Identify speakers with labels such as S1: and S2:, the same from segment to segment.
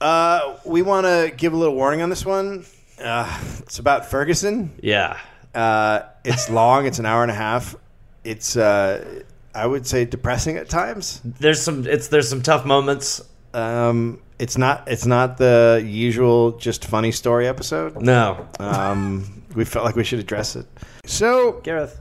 S1: Uh, we want to give a little warning on this one. Uh, it's about Ferguson.
S2: Yeah.
S1: Uh, it's long. it's an hour and a half. It's uh, I would say depressing at times.
S2: There's some it's there's some tough moments.
S1: Um, it's not it's not the usual just funny story episode.
S2: No.
S1: Um, we felt like we should address it. So,
S2: Gareth.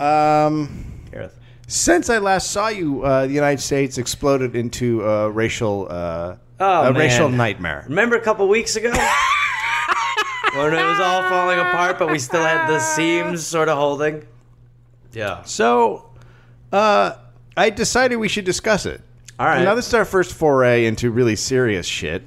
S1: um,
S2: Gareth.
S1: since I last saw you, uh, the United States exploded into a racial uh,
S2: Oh,
S1: a
S2: man.
S1: racial nightmare.
S2: Remember a couple weeks ago? when it was all falling apart, but we still had the seams sort of holding. Yeah.
S1: So, uh, I decided we should discuss it.
S2: All right.
S1: Now this is our first foray into really serious shit.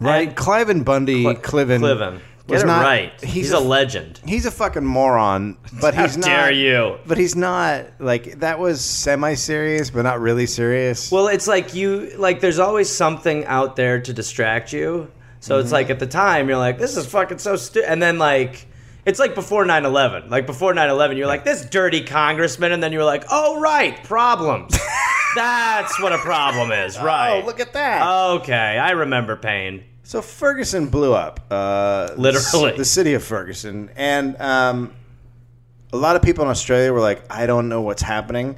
S1: Right,
S2: And-
S1: Cliven Bundy,
S2: Cl-
S1: Cliven,
S2: Cliven. Get
S1: was
S2: it
S1: not-
S2: right.
S1: he's
S2: He's,
S1: a-
S2: a, legend.
S1: He's a fucking moron, but he's
S2: How
S1: not.
S2: dare you.
S1: But he's not like that was semi-serious, but not really serious.
S2: Well, it's like you like there's always something out there to distract you. So it's
S1: Mm-hmm.
S2: like at the time you're like this is fucking so stupid and then like it's like before 9/11. Like before 9/11 you're like this dirty congressman and then you're like, "Oh right, problems." That's what a problem is, right?
S1: oh, look at that.
S2: Okay, I remember pain.
S1: So Ferguson blew up. Uh, the
S2: Literally.
S1: c- the city of Ferguson, and um, a lot of people in Australia were like, "I don't know what's happening,"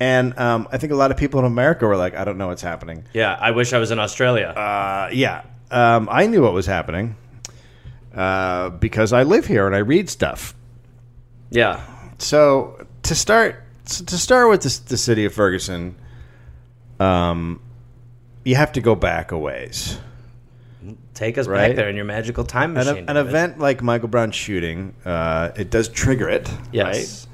S1: and um, I think a lot of people in America were like, "I don't know what's happening."
S2: Yeah, I wish I was in Australia.
S1: Uh, yeah, um, I knew what was happening uh, because I live here and I read stuff.
S2: yeah.
S1: So to start s- to start with the, the city of Ferguson, um, you have to go back a ways.
S2: Take us
S1: Right.
S2: back there in your magical time
S1: An,
S2: machine.
S1: an
S2: David.
S1: event like Michael Brown's shooting, uh, it does trigger it, right?
S2: Yes.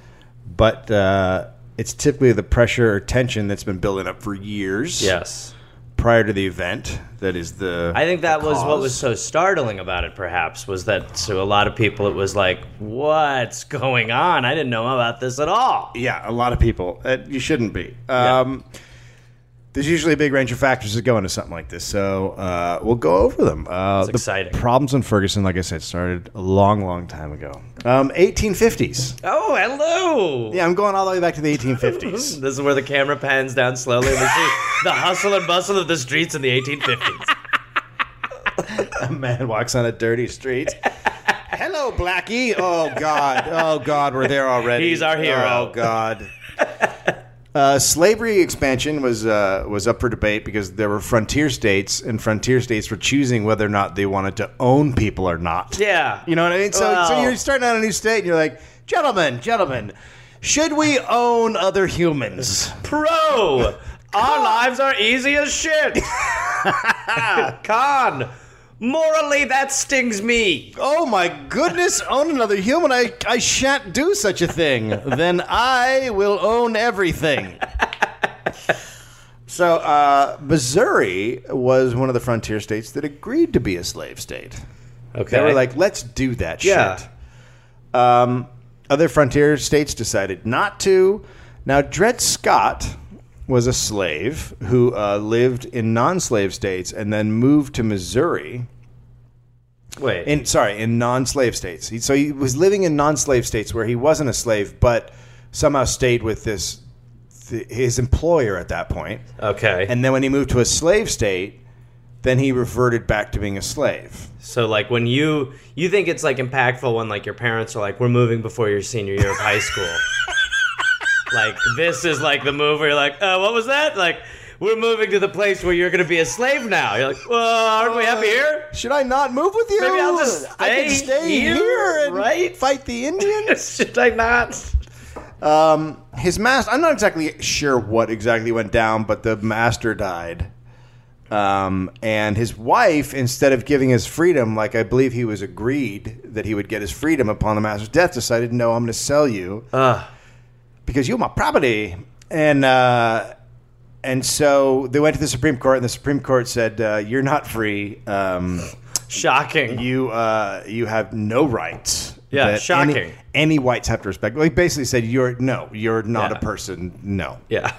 S1: But uh, it's typically the pressure or tension that's been building up for years
S2: Yes.
S1: prior to the event. That is the.
S2: I think that
S1: the
S2: was what
S1: cause.
S2: was so startling about it, perhaps, was that to a lot of people it was like, what's going on? I didn't know about this at all.
S1: Yeah, a lot of people. Uh, you shouldn't be. Um, There's usually a big range of factors that go into something like this, so uh, we'll go over them. Uh, the
S2: exciting.
S1: Problems in Ferguson, like I said, started a long, long time ago. Um, 1850s.
S2: Oh, hello.
S1: Yeah, I'm going all the way back to the 1850s.
S2: This is where the camera pans down slowly and we see the hustle and bustle of the streets in the 1850s.
S1: A man walks on a dirty street. Hello, Blackie. Oh God. Oh God. We're there already.
S2: He's our hero.
S1: Oh God. Uh, slavery expansion was uh, was up for debate because there were frontier states, and frontier states were choosing whether or not they wanted to own people or not.
S2: Yeah.
S1: You know what I mean? So, so
S2: Well-
S1: you're starting out a new state, and you're like, gentlemen, gentlemen, should we own other humans?
S2: Pro! Our lives are easy as shit! Con! Morally, that stings me!
S1: Oh my goodness, own another human. I, I shan't do such a thing. then I will own everything. so, uh, Missouri was one of the frontier states that agreed to be a slave state.
S2: Okay.
S1: They were like, let's do that
S2: Yeah.
S1: shit. Um, other frontier states decided not to. Now, Dred Scott was a slave who uh, lived in non slave states and then moved to Missouri
S2: wait.
S1: in sorry in non-slave states he, so he was living in non-slave states where he wasn't a slave but somehow stayed with this th- his employer at that point
S2: okay.
S1: and then when he moved to a slave state then he reverted back to being a slave
S2: So like when you you think it's like impactful when like your parents are like we're moving before your senior year of high school. like this is like the move where you're like, "Uh, what was that?" Like we're moving to the place where you're going to be a slave now. You're like, "Well, aren't we happy here?"
S1: should i not move with you
S2: Maybe I'll just
S1: i can
S2: stay
S1: stay here,
S2: here,
S1: and
S2: right?
S1: fight the indians
S2: Should I not?
S1: um, his master i'm not exactly sure what exactly went down but the master died um, and his wife instead of giving his freedom like i believe he was agreed that he would get his freedom upon the master's death decided no i'm going to sell you
S2: Ugh.
S1: because you're my property and uh, and so they went to the supreme court and the supreme court said uh, you're not free um,
S2: Shocking.
S1: you uh, you have no rights.
S2: Yeah,
S1: that any-
S2: shocking.
S1: Any, whites have to respect. Like basically said, you're no, you're not
S2: Yeah.
S1: a person. No.
S2: yeah.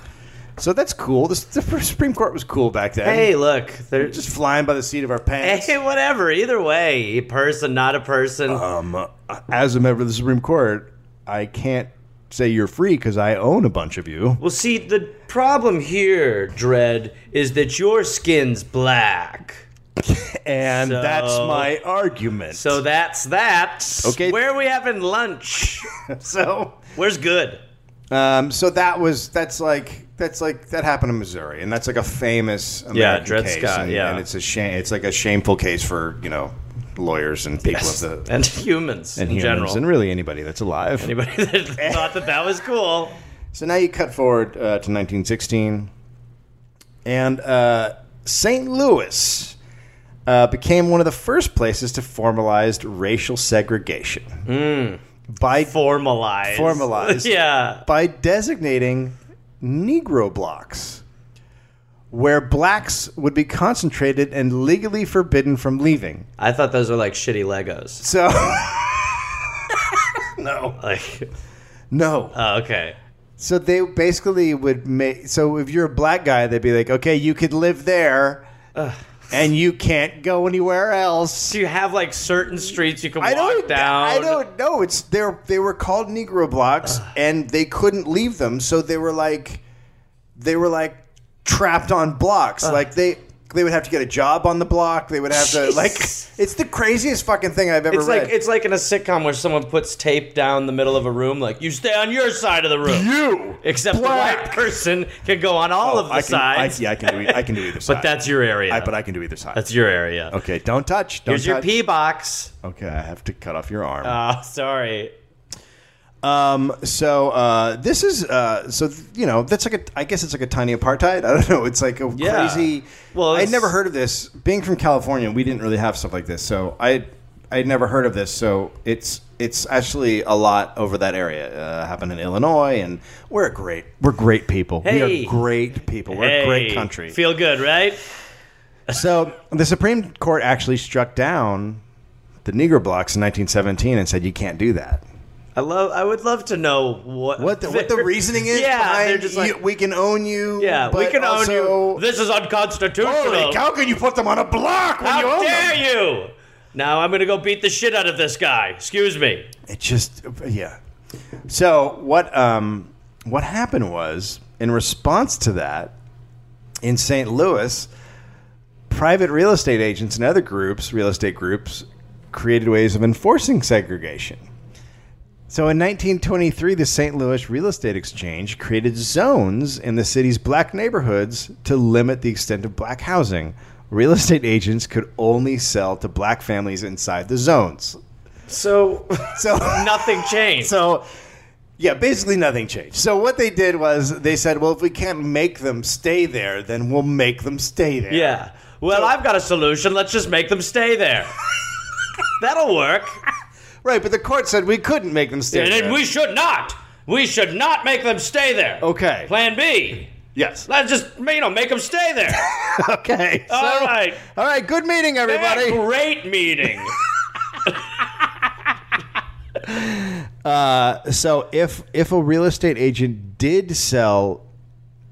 S1: So that's cool. This, the Supreme Court was cool back then.
S2: Hey, look, they're
S1: just flying by the seat of our pants.
S2: Hey, whatever. Either way, a person, not a person.
S1: Um, uh, as a member of the Supreme Court, I can't say you're free because I own a bunch of you.
S2: Well, see, the problem here, Dread, is that your skin's black.
S3: and
S2: So-
S3: that's my argument.
S2: So that's that.
S1: Okay.
S2: Where are we having lunch?
S1: So,
S2: Where's good?
S1: um, so that was that's like that's like that happened in Missouri, and that's like a famous American
S2: Dred
S1: case,
S2: Scott,
S1: and,
S2: yeah.
S1: and it's a shame. It's like a shameful case for you know lawyers and people of the
S2: and humans in
S1: humans,
S2: general.
S1: and really anybody that's alive.
S2: Anybody that thought that that was cool?
S1: So now you cut forward uh, to 1916, and uh, St. Louis uh, became one of the first places to formalize racial segregation
S2: Hmm.
S1: by
S2: Formalized.
S1: Formalized.
S2: yeah.
S1: by designating Negro blocks, where blacks would be concentrated and legally forbidden from leaving.
S2: I thought those were like shitty Legos.
S1: So, no,
S2: Like,
S1: no.
S2: oh, okay.
S1: So they basically would make. So if you're a black guy, they'd be like, okay, you could live there, and you can't go anywhere else.
S2: Do you have like certain streets you can
S1: I
S2: walk
S1: don't.
S2: down?
S1: I don't know. It's they they were called Negro blocks, and they couldn't leave them. So they were like, they were like trapped on blocks. Like they. They would have to get a job on the block. They would have to like.
S2: Jesus.
S1: It's the craziest fucking thing I've ever
S2: It's
S1: read.
S2: like it's like in a sitcom where someone puts tape down the middle of a room, like you stay on your side of the room.
S1: you. Oh,
S2: Except the white person can go on all of the
S3: I can, I,
S2: sides.
S3: yeah, I can do. e, I can do either side.
S2: But that's your area.
S3: I, but I can do either side.
S2: that's your area.
S1: Okay, don't touch. Don't
S2: Here's your
S1: touch.
S2: pee box.
S1: Okay, I have to cut off your arm.
S2: Oh, sorry.
S1: Um, so uh, this is uh, so th- you know that's like a I guess it's like a tiny apartheid. I don't know. It's like a
S2: Yeah.
S1: crazy.
S2: Well,
S1: Well, I'd
S2: it's-
S1: never heard of this. Being from California, we didn't really have stuff like this. So I I'd never heard of this. So it's it's actually a lot over that area. Uh, happened in Illinois, and we're a great we're great people.
S2: Hey.
S1: We are great people. We're a great country.
S2: Feel good, right?
S1: so the Supreme Court actually struck down the Negro blocks in 1917 and said you can't do that.
S2: I love. I would love to know what
S1: what the, what the
S2: their-
S1: reasoning is
S2: Yeah,
S1: behind
S2: they're just like
S1: you- we can own you
S2: yeah, we
S1: but
S2: can
S1: also-
S2: own you. This is unconstitutional.
S1: holy cow can you put them on a block when you
S2: How
S1: own
S2: dare
S1: them
S2: you? Now I'm gonna go beat the shit out of this guy. Excuse me.
S1: it just yeah so what um what happened was in response to that in St. Louis private real estate agents and other groups real estate groups created ways of enforcing segregation So in 1923, the St. Louis Real Estate Exchange created zones in the city's black neighborhoods to limit the extent of black housing. Real estate agents could only sell to black families inside the zones.
S2: So
S1: So,
S2: nothing changed.
S1: so yeah, basically nothing changed. So what they did was they said, well, if we can't make them stay there, then we'll make them stay there.
S2: yeah. Well, I've got a solution. Let's just make them stay there. That'll work.
S1: Right, but the court said we couldn't make them stay
S2: And
S1: there.
S2: then we should not. We should not make them stay there.
S1: Okay.
S2: Plan B.
S1: yes.
S2: Let's just you know make them stay there.
S1: Okay. So,
S2: All right.
S1: All right, good meeting everybody.
S2: Yeah, great meeting.
S1: So if if a real estate agent did sell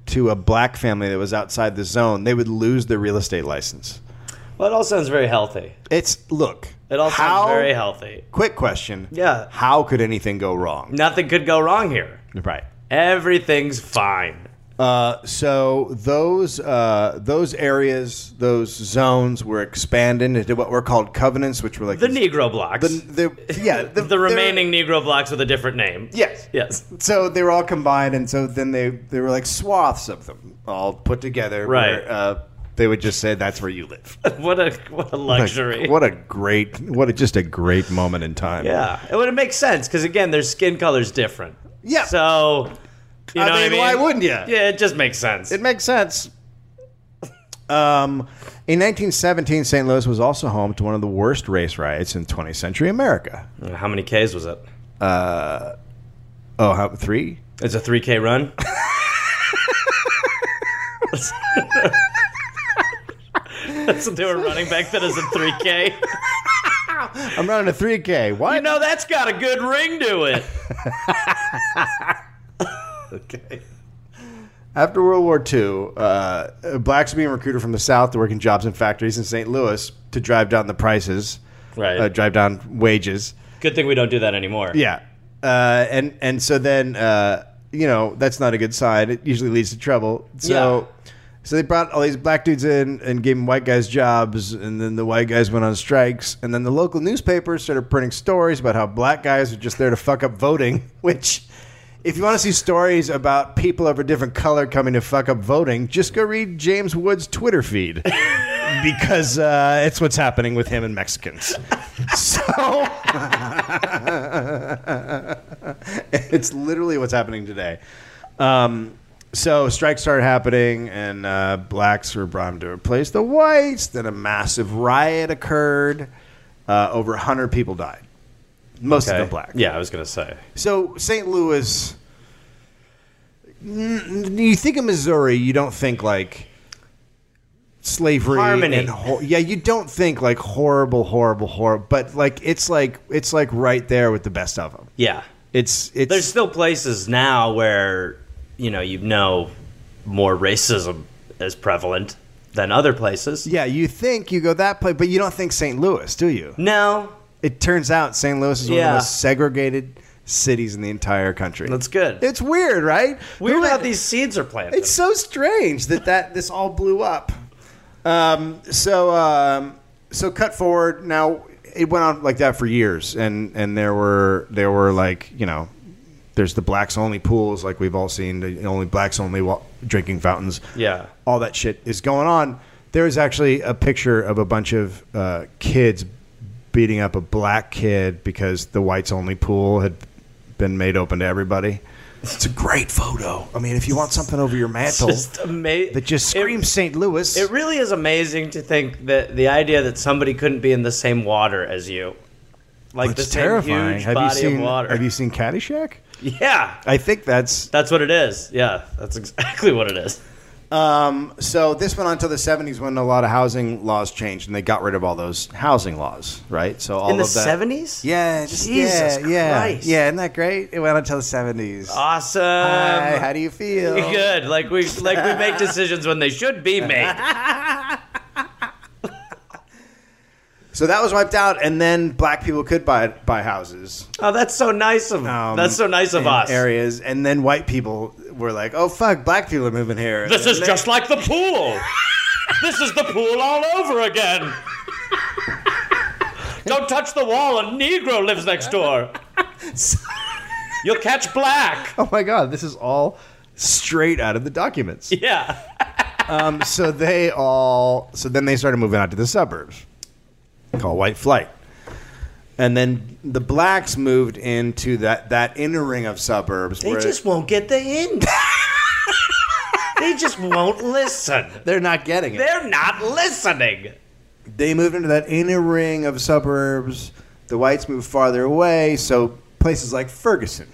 S1: to a black family that was outside the zone, they would lose their real estate license.
S2: well, it all sounds very healthy.
S1: It's look.
S2: It all
S1: how-
S2: sounds very healthy.
S1: Quick question.
S2: Yeah.
S1: How could anything go wrong?
S2: Nothing could go wrong here.
S1: Right.
S2: Everything's fine.
S1: Uh, so those uh, those areas, those zones were expanded into what were called covenants, which were like
S2: The Negro blocks.
S1: the,
S2: The,
S1: the- yeah the, they're-
S2: remaining Negro blocks with a different name.
S1: yes
S2: Yes.
S1: so they were all combined, and so then they they were like swaths of them all put together.
S2: Right.
S1: Where, uh, they would just say that's where you live.
S2: What a what a luxury.
S1: what a great, what a just a great moment in time.
S2: yeah. It would make sense because again, their skin color's different.
S1: Yeah.
S2: So you know
S1: I,
S2: what
S1: mean, why wouldn't you?
S2: Yeah, it just makes sense.
S1: It makes sense. Um, in 1917, St. Louis was also home to one of the worst race riots in 20th century America.
S2: How many Ks was it?
S1: Oh, how, three?
S2: It's a three K run. That's what they were running back then as a three K.
S1: I'm running a 3K. What?
S2: You know, that's got a good ring to it.
S1: Okay. After World War II, uh, blacks were being recruited from the South to work in jobs and factories in St. Louis to drive down the prices,
S2: Right.
S1: uh, drive down wages.
S2: good thing we don't do that anymore.
S1: Yeah, uh, and and so then uh, you know that's not a good sign. It usually leads to trouble. So So they brought all these black dudes in and gave them white guys jobs, and then the white guys went on strikes, and then the local newspapers started printing stories about how black guys are just there to fuck up voting. Which, if you want to see stories about people of a different color coming to fuck up voting, just go read James Wood's Twitter feed because uh, it's what's happening with him and Mexicans. so it's literally what's happening today. Um, so strikes started happening, and uh, blacks were brought to replace the whites. Then a massive riot occurred. Uh, over 100 people died, most of them black.
S2: Yeah, I was gonna say.
S1: So St. Louis, n- you think of Missouri, you don't think like slavery
S2: Harmony.
S1: and hor- yeah, you don't think like horrible, horrible, horrible. But like it's like it's like right there with the best of them.
S2: Yeah,
S1: It's it's
S2: there's still places now where you know you know more racism is prevalent than other places.
S1: yeah. You think you go that place, but you don't think St. Louis, do you?
S2: No,
S1: It turns out St. Louis is one of
S2: Yeah.
S1: the most segregated cities in the entire country.
S2: that's good.
S1: It's weird, right?
S2: Weird
S1: Who-
S2: how these seeds are planted.
S1: It's so strange that that this all blew up. Um, so um, so cut forward. Now it went on like that for years, and and there were there were like you know. There's the blacks only pools, like we've all seen, the only blacks only wa- drinking fountains
S2: yeah.
S1: all that shit is going on. There's actually a picture of a bunch of uh, kids beating up a black kid because the whites only pool had been made open to everybody. It's a great photo. I mean, if you want something over your mantle
S2: Just amazing.
S1: that just screams St. Louis,
S2: It really is amazing to think that the idea that somebody couldn't be in the same water as you, like the
S1: it's
S2: same
S1: terrifying.
S2: huge
S1: have you
S2: body
S1: seen?
S2: of water.
S1: Have you seen Caddyshack?
S2: yeah,
S1: I think that's
S2: that's what it is. Yeah, that's exactly what it is.
S1: Um, so this went on until the 70s when a lot of housing laws changed and they got rid of all those housing laws, right? So all
S2: In the
S1: of that.
S2: 70s?
S1: Yeah, just,
S2: Jesus
S1: yeah, yeah,
S2: Christ.
S1: yeah. Isn't that great? It went on until the 70s.
S2: Awesome.
S1: Hi, how do you feel?
S2: Good. Like we like we make decisions when they should be made.
S1: So that was wiped out, and then black people could buy buy houses.
S2: Oh, that's so nice of
S1: um,
S2: that's so nice of
S1: in
S2: us.
S1: Areas, and then white people were like, "Oh fuck, black people are moving here."
S2: This is just like the pool. this is the pool all over again. Don't touch the wall. A Negro lives next door. You'll catch black.
S1: oh my god, this is all straight out of the documents.
S2: Yeah.
S1: Um, so they all so then they started moving out to the suburbs called white flight and then the blacks moved into that that inner ring of suburbs
S2: They just won't get the hint. they just won't listen.
S1: they're not getting it
S2: They're not listening.
S1: they moved into that inner ring of suburbs the whites moved farther away so places like ferguson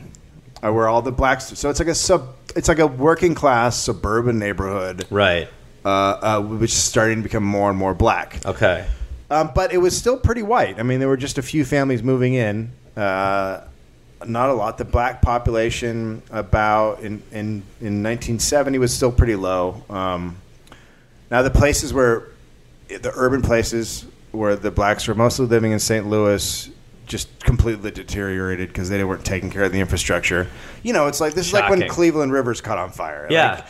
S1: are where all the blacks so it's like a sub it's like a working class suburban neighborhood
S2: Right.
S1: uh, uh, which is starting to become more and more black
S2: Okay.
S1: Um, but it was still pretty white. I mean, there were just a few families moving in. Uh, not a lot. The black population about in, in, in 1970 was still pretty low. Um, now, the places where the urban places where the blacks were mostly living in St. Louis just completely deteriorated because they weren't taking care of the infrastructure. You know, it's like this is like when
S2: Shocking.
S1: Cleveland Rivers caught on fire. Like,
S2: Yeah.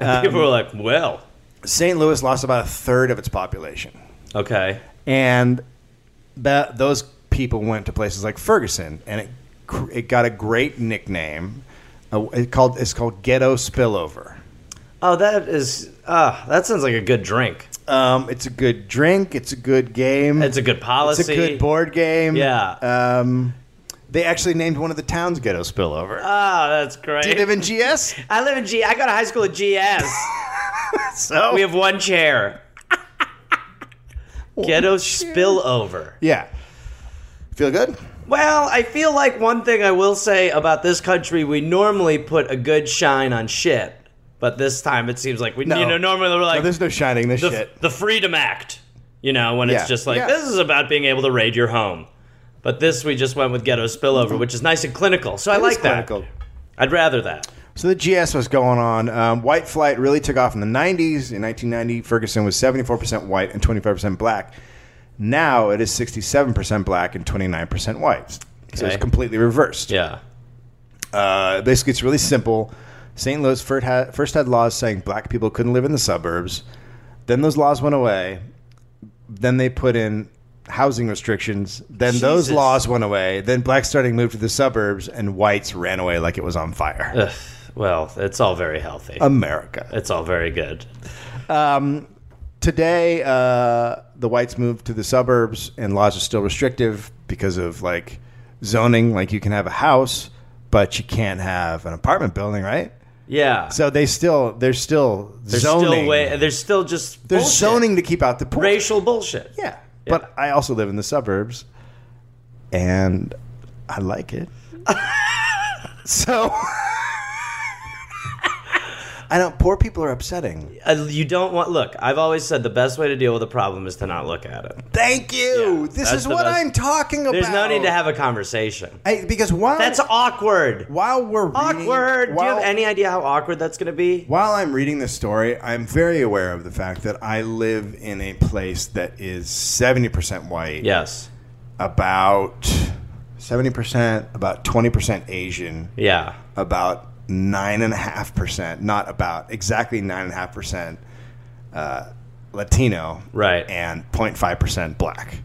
S2: Um, And people were like, well,
S1: St. Louis lost about a third of its population.
S2: okay.
S1: and that those people went to places like Ferguson, and it cr- it got a great nickname. Uh, it called it's called ghetto spillover.
S2: Oh, that is, uh, that sounds like a good drink.
S1: Um, it's a good drink. It's a good game.
S2: It's a good policy.
S1: It's a good board game.
S2: Yeah.
S1: Um, they actually named one of the towns ghetto spillover.
S2: Oh, that's great.
S1: Do you live in GS?
S2: I live in G. I go to high school at GS.
S1: So
S2: we have one chair. Ghetto spillover.
S1: yeah. Feel good?
S2: Well, I feel like one thing I will say about this country, we normally put a good shine on shit, but this time it seems like we, you know, normally we're
S1: no,
S2: like
S1: Oh, there's no shining this
S2: the,
S1: shit.
S2: the Freedom Act, you know, when
S1: Yeah,
S2: it's just like
S1: yeah.
S2: this is about being able to raid your home. But this we just went with ghetto spillover, which is nice and clinical. So I
S1: It is
S2: like that.
S1: clinical.
S2: I'd rather that.
S1: So the GS was going on. Um, white flight really took off in the 90s. In 1990, Ferguson was 74% white and 25% black. Now it is 67% black and 29% white. So
S2: Okay.
S1: it's completely reversed.
S2: Yeah.
S1: Uh, basically, it's really simple. St. Louis first had, first had laws saying black people couldn't live in the suburbs. Then those laws went away. Then they put in housing restrictions. Then those
S2: Jesus.
S1: laws went away. Then blacks starting moved to the suburbs, and whites ran away like it was on fire.
S2: Ugh, well, it's all very healthy.
S1: Uh, America.
S2: it's all very good.
S1: Um, Today, uh, the whites moved to the suburbs, and laws are still restrictive because of like zoning. Like you can have a house, but you can't have an apartment building, right?
S2: Yeah.
S1: So they still they're still
S2: there's
S1: zoning.
S2: still way. There's still just
S1: They're
S2: bullshit.
S1: zoning to keep out the poor.
S2: racial bullshit.
S1: Yeah. But I also live in the suburbs and I like it. so I don't poor people are upsetting.
S2: Uh, you don't want look. I've always said the best way to deal with a problem is to not look at it.
S1: Thank you.
S2: Yeah,
S1: this
S2: that's
S1: is
S2: the
S1: what
S2: best-
S1: I'm talking about.
S2: There's no need to have a conversation.
S1: I, because while
S2: That's awkward.
S1: while we're reading,
S2: Awkward. Do you
S1: while-
S2: have any idea how awkward that's going to be?
S1: While I'm reading this story, I'm very aware of the fact that I live in a place that is 70% white.
S2: Yes.
S1: about 70%, about 20% Asian,
S2: Yeah.
S1: about 9.5%, not about, exactly 9.5% uh, Latino,
S2: Right.
S1: and 0.5% black.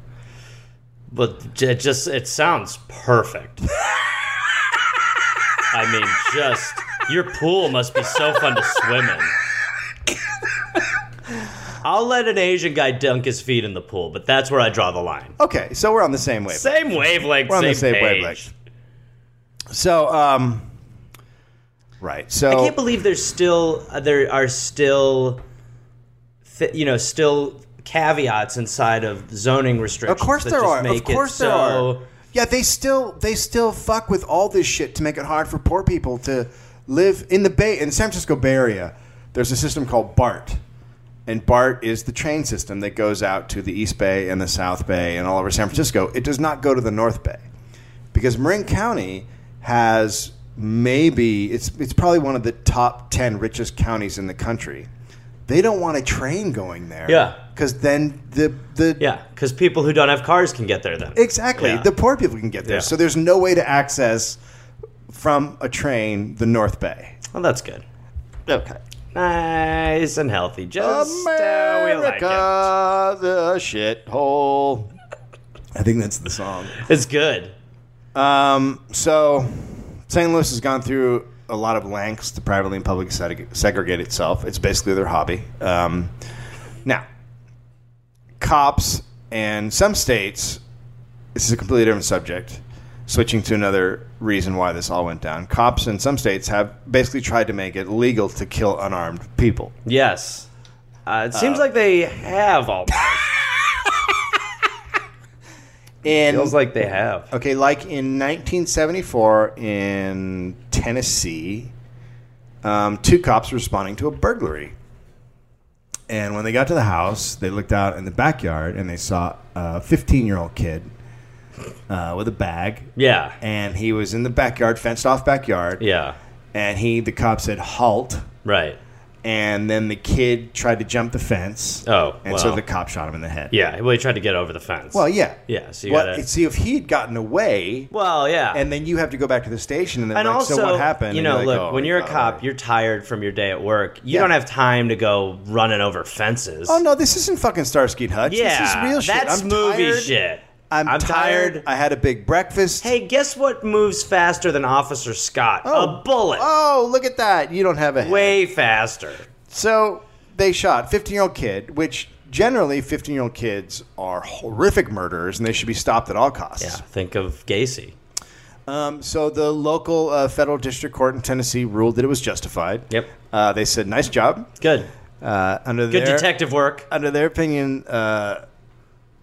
S2: But j- it just it sounds perfect. I mean, just your pool must be so fun to swim in. I'll let an Asian guy dunk his feet in the pool, but that's where I draw the line.
S1: Okay, so we're on the same wave.
S2: Same wavelength.
S1: We're on
S2: same
S1: the same
S2: page.
S1: wavelength. So, um, right, so.
S2: I can't believe there's still uh, there are still, thi- you know, still caveats inside of zoning restrictions.
S1: of course
S2: that
S1: there
S2: just
S1: are. Of
S2: make it
S1: course there
S2: so-
S1: are. Yeah, they still they still fuck with all this shit to make it hard for poor people to live in the Bay in San Francisco Bay Area. There's a system called BART. And BART is the train system that goes out to the East Bay and the South Bay and all over San Francisco. It does not go to the North Bay. Because Marin County has maybe it's it's probably one of the top 10 richest counties in the country. They don't want a train going there.
S2: Yeah.
S1: Cuz then the the
S2: Yeah, because people who don't have cars can get there then.
S1: Exactly.
S2: Yeah.
S1: The poor people can get there.
S2: Yeah.
S1: So there's no way to access from a train the North Bay.
S2: Well, that's good.
S1: Okay.
S2: Nice and healthy. Just uh, we like it.
S1: America, the shithole. I think that's the song.
S2: It's good.
S1: Um, so St. Louis has gone through a lot of lengths to privately and publicly seg- segregate itself. It's basically their hobby. Um, now, cops and some states, this is a completely different subject, switching to another reason why this all went down. Cops in some states have basically tried to make it legal to kill unarmed people.
S2: Yes. Uh, it seems like they have all.
S1: And
S2: feels like they have.
S1: Okay, like in 1974 in Tennessee, um, two cops were responding to a burglary. And when they got to the house, they looked out in the backyard and they saw a 15 year old kid uh, with a bag.
S2: Yeah.
S1: And he was in the backyard, fenced off backyard.
S2: Yeah.
S1: And he, the cop said, halt.
S2: Right.
S1: And then the kid tried to jump the fence.
S2: Oh,
S1: And so
S2: well.
S1: the cop shot him in the head.
S2: Yeah. Well, he tried to get over the fence.
S1: Well, yeah.
S2: Yeah, so you
S1: What-
S2: gotta-
S1: see, if he'd gotten away,
S2: Well, yeah.
S1: and then you have to go back to the station and then
S2: and
S1: like,
S2: also,
S1: so what happened
S2: you
S1: And you're
S2: know,
S1: like,
S2: look,
S1: "Oh,
S2: when
S1: we
S2: you're a
S1: got
S2: cop,
S1: away."
S2: you're tired from your day at work. You
S1: Yeah.
S2: don't have time to go running over fences.
S1: oh no this isn't fucking starsky and hutch
S2: yeah,
S1: this is real shit
S2: That's
S1: i'm
S2: movie
S1: tired.
S2: shit.
S1: i'm, tired. i had a big breakfast
S2: Hey, guess what moves faster than Officer Scott?
S1: Oh.
S2: A bullet.
S1: oh look at that you don't have a head.
S2: Way faster.
S1: so they shot 15 year old kid which generally 15 year old kids are horrific murderers and they should be stopped at all costs
S2: Yeah. Think of Gacy.
S1: Um, so the local uh, federal district court in Tennessee ruled that it was justified.
S2: Yep.
S1: Uh, they said, "Nice job."
S2: Good.
S1: Uh, under
S2: Good
S1: their,
S2: detective work.
S1: under their opinion, uh,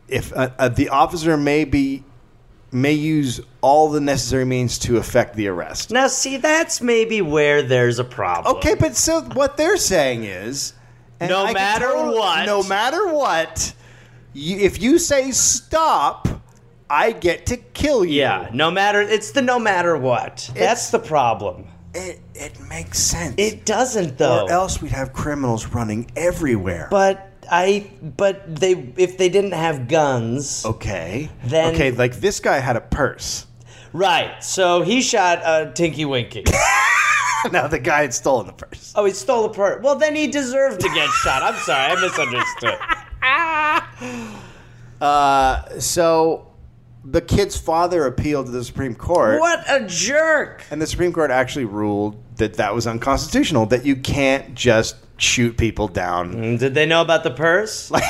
S1: if uh, uh, the officer may be may use all the necessary means to effect the arrest.
S2: Now, see, that's maybe where there's a problem.
S1: Okay, but so what they're saying is, and
S2: No
S1: can
S2: matter what.
S1: no matter what, you, if you say stop, I get to kill you.
S2: Yeah. No matter. It's the no matter what. that's the problem.
S1: it, it makes sense.
S2: It doesn't though.
S1: or else we'd have criminals running everywhere.
S2: But I. But they. If they didn't have guns.
S1: okay,
S2: Then-
S1: okay, like this guy had a purse.
S2: Right. So he shot uh, Tinky Winky.
S1: no, the guy had stolen the purse.
S2: Oh, he stole a purse. Well, then he deserved to get shot. I'm sorry, I misunderstood.
S1: Uh, So the kid's father appealed to the Supreme Court.
S2: What a jerk!
S1: And the Supreme Court actually ruled that that was unconstitutional, that you can't just shoot people down.
S2: Mm, Did they know about the purse? I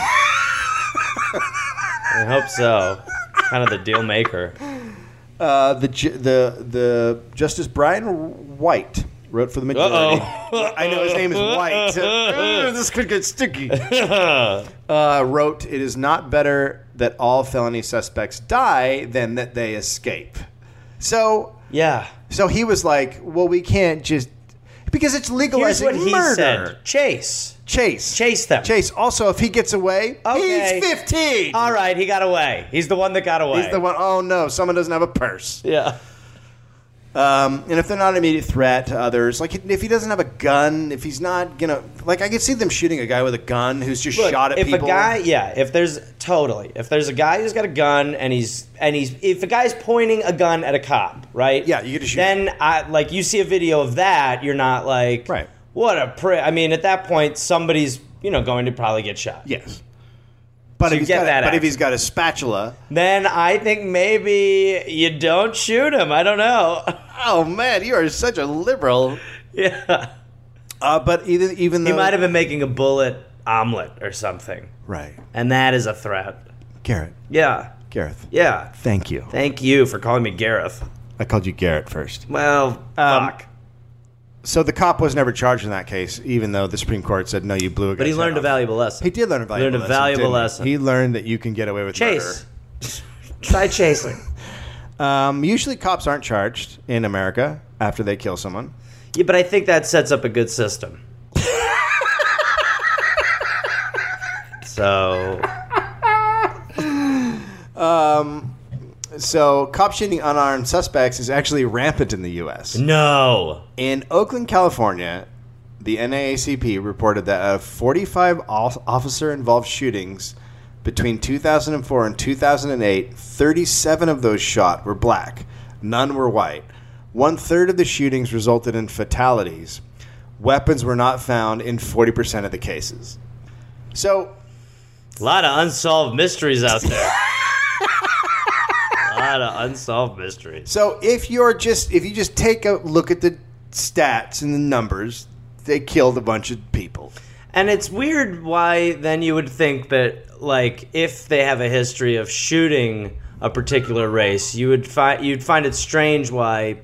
S2: hope so. Kind of the deal maker.
S1: Uh, the, ju- the, the Justice Brian White wrote for the majority.
S2: Uh-oh.
S1: I know his name is White. so- Ugh, this could get sticky. Uh, wrote, It is not better that all felony suspects die than that they escape. So
S2: Yeah.
S1: So he was like, "Well, we can't just because it's
S2: Here's
S1: legalizing
S2: what he
S1: murder."
S2: said. Chase.
S1: Chase,
S2: Chase them.
S1: Chase. Also, if he gets away,
S2: Okay.
S1: he's fifteen.
S2: All right, he got away. He's the one that got away.
S1: He's the one, oh no, someone doesn't have a purse.
S2: Yeah.
S1: Um, and if they're not an immediate threat to others, like if he doesn't have a gun, if he's not gonna, like I could see them shooting a guy with a gun who's just
S2: Look,
S1: shot at
S2: if
S1: people.
S2: a guy, yeah, if there's totally, if there's a guy who's got a gun and he's and he's if a guy's pointing a gun at a cop, right?
S1: Yeah, you get to shoot.
S2: Then I like you see a video of that, you're not like,
S1: Right.
S2: What a prick. I mean, at that point, somebody's you know going to probably get shot.
S1: yes. But, if,
S2: So you
S1: he's
S2: get
S1: got,
S2: that
S1: a- but
S2: out.
S1: if he's got a spatula,
S2: Then I think maybe you don't shoot him. I don't know.
S1: oh man, you are such a liberal.
S2: yeah.
S1: Uh, but either, even though
S2: He might have been making a bullet omelet or something,
S1: right,
S2: and that is a threat.
S1: Garrett,
S2: Yeah.
S1: Gareth,
S2: Yeah.
S1: thank you.
S2: Thank you for calling me Gareth.
S1: I called you Garrett first.
S2: Well,
S1: Um,
S2: fuck.
S1: So the cop was never charged in that case, even though the Supreme Court said no, you blew a.
S2: But he learned a valuable lesson.
S1: He did learn a valuable
S2: Learned a
S1: lesson.
S2: valuable
S1: didn't he?
S2: lesson.
S1: He learned that you can get away with
S2: Chase. Try chasing.
S1: murder. Um, usually, cops aren't charged in America after they kill someone.
S2: Yeah, but I think that sets up a good system. so
S1: So, cop shooting unarmed suspects is actually rampant in the U.S.
S2: no.
S1: In Oakland, California, the NAACP reported that of 45 officer-involved shootings between 2004 and 2008, 37 of those shot were black. None were white. One third of the shootings resulted in fatalities. Weapons were not found in 40% of the cases. So,
S2: A lot of unsolved mysteries out there. a lot of unsolved mysteries.
S1: so if you're just if you just take a look at the stats and the numbers, they killed a bunch of people.
S2: And it's weird why then you would think that like if they have a history of shooting a particular race, you would find you'd find it strange why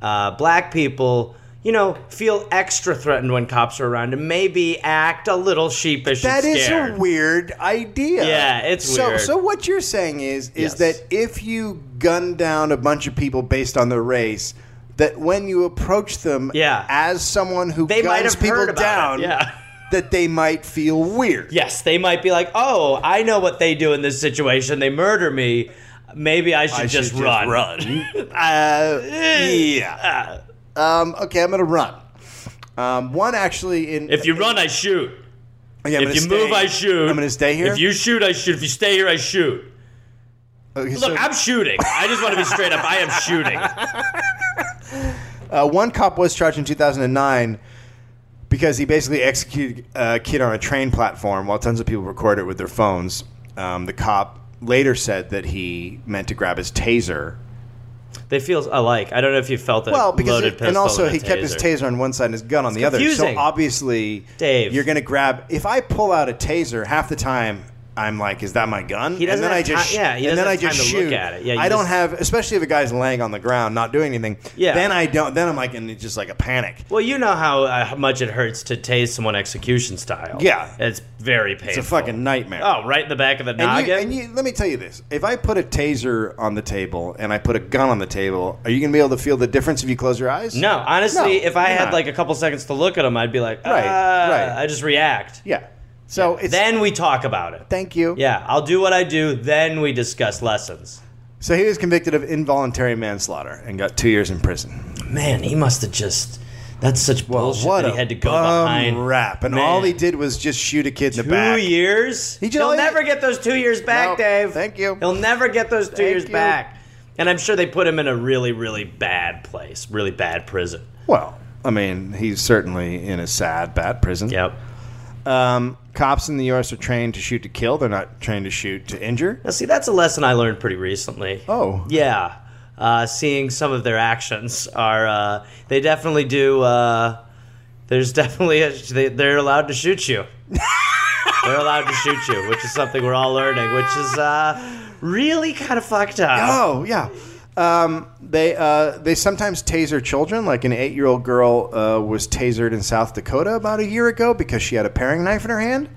S2: uh, black people you know feel extra threatened when cops are around and maybe act a little sheepish
S1: That
S2: and
S1: is
S2: scared.
S1: a weird idea.
S2: Yeah, it's
S1: so,
S2: weird.
S1: So what you're saying is is
S2: Yes.
S1: that if you gun down a bunch of people based on their race, that when you approach them
S2: Yeah.
S1: as someone who
S2: they
S1: guns
S2: might have
S1: people
S2: heard about
S1: down,
S2: it. yeah
S1: that they might feel weird.
S2: yes they might be like oh i know what they do in this situation they murder me maybe i should,
S1: I
S2: just,
S1: should
S2: run
S1: run. uh, yeah. Um, okay, I'm gonna run. Um, one actually in
S2: if you run i shoot
S1: okay, I'm
S2: if
S1: gonna
S2: you
S1: stay-
S2: move i shoot
S1: I'm gonna stay here.
S2: if you shoot i shoot if you stay here i shoot
S1: Okay, so-
S2: Look, I'm shooting. I just want to be straight up. I am shooting.
S1: Uh, one cop was charged in 2009 because he basically executed a kid on a train platform while tons of people recorded it with their phones. Um, the cop later said that he meant to grab his taser.
S2: They feel alike. I don't know if you felt that
S1: Well, because
S2: loaded
S1: it-
S2: pistol
S1: and also
S2: a
S1: he kept his taser on one side and his gun on the other.
S2: confusing.
S1: So obviously,
S2: Dave.
S1: you're going to grab. If I pull out a taser, half the time I'm like, "Is that my gun?"
S2: He doesn't
S1: and then
S2: have
S1: I just
S2: ti- yeah, he
S1: and
S2: doesn't
S1: then I
S2: have time
S1: just
S2: to look
S1: shoot
S2: at it. Yeah, you
S1: I don't
S2: just-
S1: have, especially if a guy's laying on the ground not doing anything.
S2: Yeah.
S1: Then I don't. Then I'm like, and it's just like a panic.
S2: Well, you know how uh, how much it hurts to tase someone execution style.
S1: Yeah.
S2: it's very painful.
S1: It's a fucking nightmare.
S2: oh, right in the back of the
S1: And you,
S2: noggin.
S1: and you, let me tell you this: if I put a taser on the table and I put a gun on the table, are you going to be able to feel the difference if you close your eyes?
S2: no, honestly,
S1: No,
S2: if I
S1: you're
S2: had
S1: not.
S2: like a couple seconds to look at him, I'd be like, ah,
S1: Right, right.
S2: I just react.
S1: Yeah. So it's
S2: Then we talk about it.
S1: thank you.
S2: Yeah, I'll do what I do. Then we discuss lessons.
S1: So he was convicted of involuntary manslaughter and got two years in prison.
S2: Man, he must have just. That's such bullshit
S1: what
S2: that
S1: a
S2: he had to go
S1: bum
S2: behind.
S1: rap! And
S2: Man.
S1: all he did was just shoot a kid in the
S2: Two
S1: back.
S2: years?
S1: He
S2: He
S1: just-
S2: will never get those two years
S1: No,
S2: back, Dave.
S1: thank you.
S2: He'll never get those two
S1: Thank
S2: years
S1: you.
S2: back. And I'm sure they put him in a really, really bad place, really bad prison.
S1: Well, I mean, he's certainly in a sad bat prison.
S2: Yep.
S1: Um, cops in the U.S. are trained to shoot to kill. They're not trained to shoot to injure.
S2: Now, see, that's a lesson I learned pretty recently.
S1: Oh,
S2: Yeah. Uh, seeing some of their actions are, uh, they definitely do. Uh, there's definitely a, they, they're allowed to shoot you. they're allowed to shoot you, which is something we're all learning, which is uh, really kind of fucked up.
S1: Oh yeah. Um, they uh, they sometimes taser children. Like an eight year old girl uh, was tasered in South Dakota about a year ago because she had a paring knife in her hand.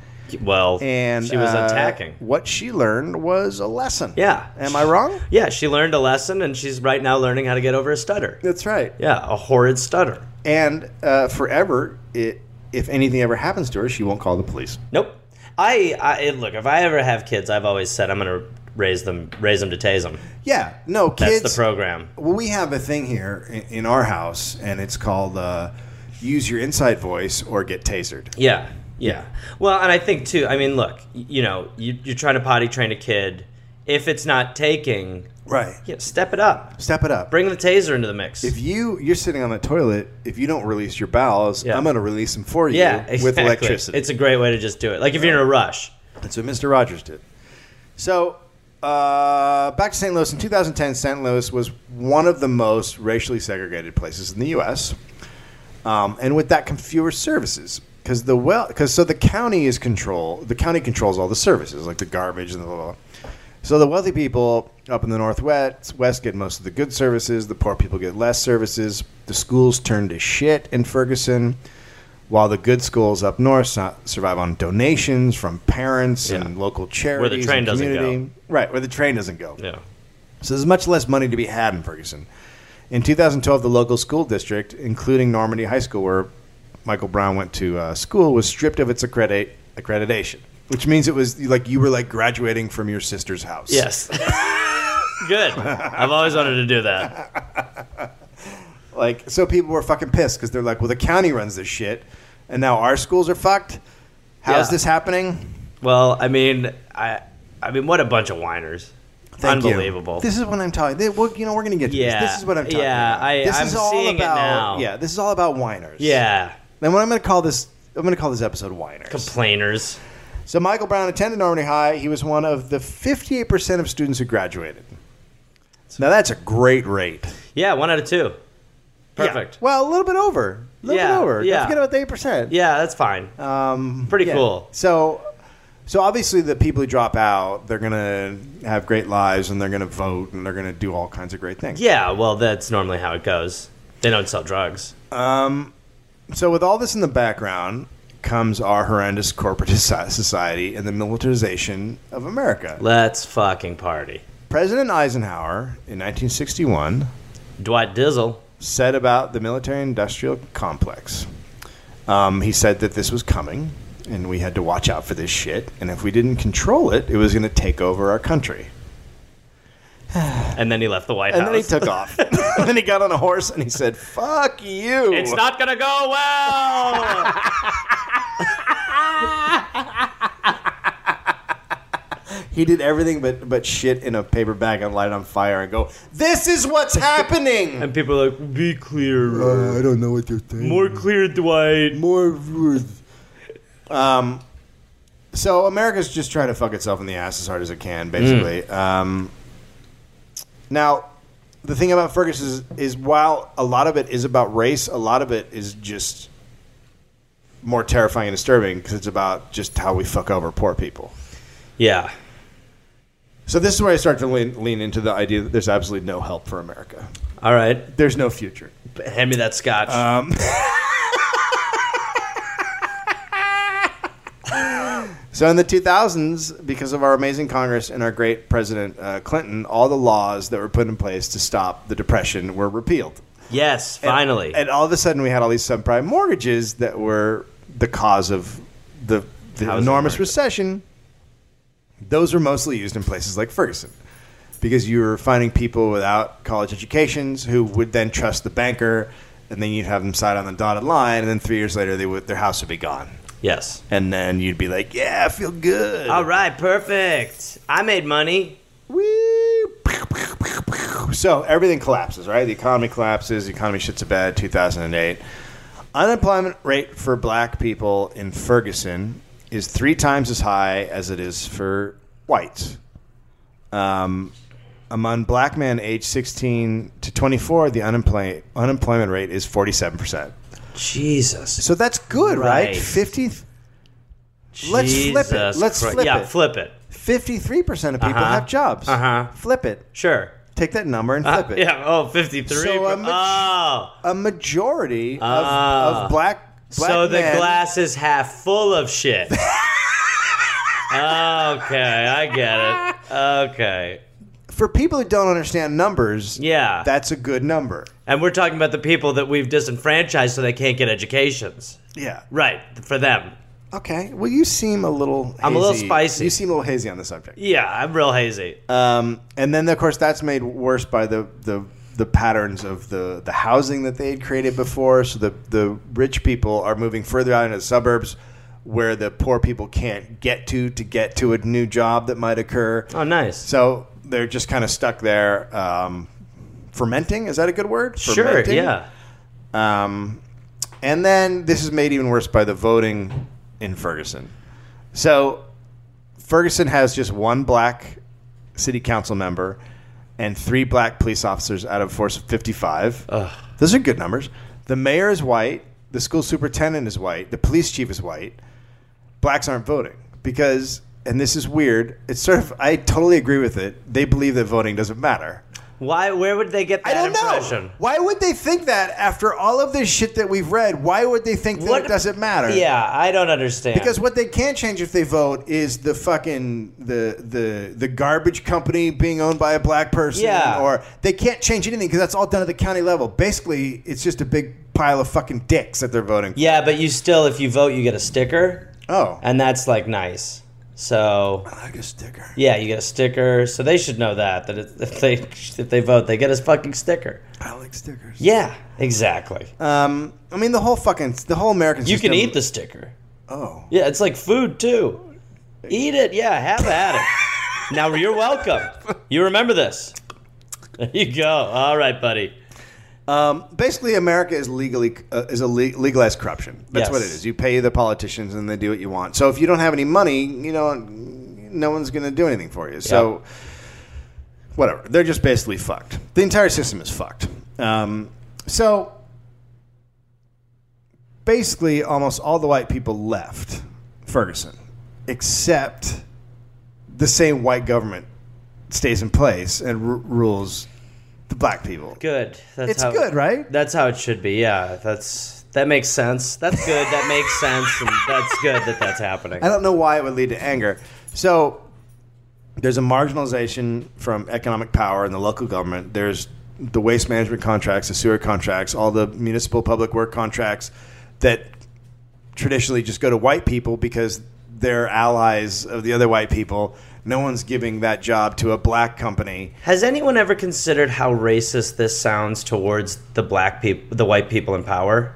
S2: Well,
S1: Oh. And
S2: she was
S1: uh,
S2: attacking.
S1: What she learned was a lesson.
S2: Yeah.
S1: Am I wrong?
S2: Yeah, she learned a lesson, and she's right now learning how to get over a stutter.
S1: That's right.
S2: Yeah, a horrid stutter.
S1: And uh, forever, it, if anything ever happens to her, she won't call the police.
S2: Nope. I, I look if I ever have kids, I've always said I'm gonna raise them, raise them to tase them.
S1: Yeah. No
S2: That's
S1: kids.
S2: the program.
S1: Well, we have a thing here in, in our house, and it's called uh, "Use Your Inside Voice" or get tasered.
S2: Yeah, yeah. Well, and I think too. I mean, look, y- you know, you, you're trying to potty train a kid. If it's not taking,
S1: Right.
S2: you know, step it up.
S1: Step it up.
S2: Bring the taser into the mix.
S1: if you you're sitting on the toilet, if you don't release your bowels,
S2: Yeah.
S1: I'm going to release them for you
S2: yeah, exactly.
S1: with electricity.
S2: It's a great way to just do it. Like if you're in a rush.
S1: That's what Mr. Rogers did. So, uh, back to St. Louis. In 2010, St. Louis was one of the most racially segregated places in the U.S., um, and with that come fewer services. Because the well, because so the county is control. The county controls all the services, like the garbage and the blah, blah. blah. So the wealthy people up in the northwest west get most of the good services. The poor people get less services. The schools turn to shit in Ferguson, while the good schools up north su- survive on donations from parents and
S2: Yeah.
S1: local charities.
S2: the train
S1: and
S2: doesn't go.
S1: community. Right, where the train doesn't go.
S2: Yeah.
S1: So there's much less money to be had in Ferguson. In 2012, the local school district, including Normandy High School, where Michael Brown went to uh, school, was stripped of its accredit- accreditation, which means it was like you were like graduating from your sister's house.
S2: Yes. Good. I've always wanted to do that.
S1: Like, so people were fucking pissed because they're like, well, the county runs this shit, and now our schools are fucked. How's
S2: Yeah.
S1: this happening?
S2: Well, I mean, I, I mean, what a bunch of whiners.
S1: Thank you.
S2: Unbelievable.
S1: This is what I'm talking. This, well, you know, we're gonna get to
S2: Yeah.
S1: this. This is what I'm talking
S2: Yeah,
S1: about.
S2: I-
S1: this
S2: I'm
S1: is all
S2: seeing it
S1: about,
S2: now.
S1: Yeah, this is all about whiners.
S2: yeah.
S1: Then what I'm gonna call this? I'm gonna call this episode whiners.
S2: Complainers.
S1: So Michael Brown attended Normandy High. He was one of the 58% of students who graduated. Now that's a great rate.
S2: Yeah, one out of two. Perfect.
S1: Yeah. Well, a little bit over. A little
S2: Yeah,
S1: bit over.
S2: yeah.
S1: Don't forget about the 8%.
S2: Yeah, that's fine.
S1: Um,
S2: Pretty cool.
S1: So, so obviously the people who drop out, they're gonna have great lives and they're gonna vote and they're gonna do all kinds of great things.
S2: Yeah, well, that's normally how it goes. They don't sell drugs.
S1: So with all this in the background comes our horrendous corporate soci- society and the militarization of America.
S2: Let's fucking party.
S1: President Eisenhower in 1961
S2: Dwight Dizzle.
S1: said about the military industrial complex. Um, he said that this was coming and we had to watch out for this shit. And if we didn't control it, it was going to take over our country.
S2: And then he left the White
S1: And
S2: House.
S1: then he took off. and then he got on a horse and he said, fuck you.
S2: it's not gonna go well!
S1: He did everything but, but shit in a paper bag and light it on fire and go, this is what's happening.
S2: and people are like, be clear.
S1: I don't know what you're saying.
S2: More clear, Dwight.
S1: more worth. Um, so America's just trying to fuck itself in the ass as hard as it can, basically. Um, now, the thing about Ferguson is, is while a lot of it is about race, a lot of it is just more terrifying and disturbing because it's about just how we fuck over poor people.
S2: Yeah.
S1: So this is where I start to lean, lean into the idea that there's absolutely no help for America.
S2: All right.
S1: There's no future.
S2: Hand me that scotch.
S1: Uh, So in the 2000s, because of our amazing Congress and our great President uh, Clinton, all the laws that were put in place to stop the Depression were repealed.
S2: yes,
S1: And-
S2: finally.
S1: And, all of a sudden, we had all these subprime mortgages that were the cause of the, the
S2: Housing
S1: enormous
S2: market.
S1: recession. Those were mostly used in places like Ferguson because you were finding people without college educations who would then trust the banker, and then you'd have them sign on the dotted line, and then three years later, they would, their house would be gone.
S2: yes.
S1: And then you'd be like, yeah, I feel good.
S2: All right, perfect. I made money.
S1: Woo. So everything collapses, right? The economy collapses. The economy shits a bed. 2008. Unemployment rate for black people in Ferguson is three times as high as it is for whites. Um, among black men aged 16 to 24, the unemploy- unemployment rate is 47%.
S2: Jesus.
S1: So that's good, right?
S2: Right.
S1: 50, Let's flip it.
S2: Jesus
S1: Let's flip
S2: yeah,
S1: it.
S2: flip it.
S1: 53% of people
S2: Uh-huh.
S1: have jobs.
S2: Uh-huh.
S1: Flip it.
S2: Sure.
S1: Take that number and
S2: Uh,
S1: flip it.
S2: yeah. Oh, 53.
S1: So, um,
S2: oh.
S1: A majority of,
S2: Ah.
S1: of black, black
S2: so the
S1: men-
S2: glass is half full of shit. okay, I get it. Okay.
S1: for people who don't understand numbers,
S2: Yeah.
S1: that's a good number.
S2: and we're talking about the people that we've disenfranchised so they can't get educations.
S1: Yeah.
S2: Right, for them.
S1: Okay. Well, you seem a little.
S2: I'm a little
S1: hazy.
S2: spicy.
S1: You seem a little hazy on the subject.
S2: Yeah, I'm real hazy.
S1: Um, and then, of course, that's made worse by the the the patterns of the the housing that they had created before. So the the rich people are moving further out into the suburbs. Where the poor people can't get to to get to a new job that might occur.
S2: oh, nice.
S1: So they're just kind of stuck there, um, fermenting. Is that a good word?
S2: sure,
S1: Fermenting?
S2: yeah.
S1: Um, and then this is made even worse by the voting in Ferguson. So Ferguson has just one black city council member and three black police officers out of a force of 55. Those are good numbers. The mayor is white. The school superintendent is white. The police chief is white. Blacks aren't voting because, and this is weird, it's sort of, I totally agree with it. They believe that voting doesn't matter.
S2: Why? Where would they get
S1: I
S2: that
S1: don't
S2: impression?
S1: know. Why would they think that after all of this shit that we've read? Why would they think that
S2: What-
S1: it doesn't matter?
S2: Yeah, I don't understand.
S1: Because what they can change if they vote is the fucking the the the garbage company being owned by a black person.
S2: Yeah.
S1: Or they can't change anything because that's all done at the county level. Basically, it's just a big pile of fucking dicks that they're voting. for.
S2: yeah, but you still, if you vote, you get a sticker,
S1: Oh.
S2: and that's like nice. So
S1: I like a sticker.
S2: yeah, you get a sticker. So they should know that that if if they if they vote, they get a fucking sticker.
S1: I like stickers.
S2: Yeah, exactly.
S1: Um, I mean the whole fucking the whole American.
S2: You
S1: system,
S2: can eat the sticker.
S1: Oh.
S2: Yeah, it's like food too. Eat it. Yeah, have at it. now you're welcome. You remember this. There you go. All right, buddy.
S1: Um, basically, America is legally uh, is a le- legalized corruption. That's
S2: Yes.
S1: what it is. You pay the politicians, and they do what you want. So if you don't have any money, you know, no one's going to do anything for you. So whatever, they're just basically fucked. The entire system is fucked. Um, so basically, almost all the white people left Ferguson, except the same white government stays in place and r- rules the black people.
S2: Good. That's
S1: It's
S2: how,
S1: good, right?
S2: That's how it should be. Yeah. That's that makes sense. That's good. That makes sense, and that's good that that's happening.
S1: I don't know why it would lead to anger. So there's a marginalization from economic power in the local government. There's the waste management contracts, the sewer contracts, all the municipal public work contracts that traditionally just go to white people because they're allies of the other white people. No one's giving that job to a black company.
S2: Has anyone ever considered how racist this sounds towards the black people, the white people in power?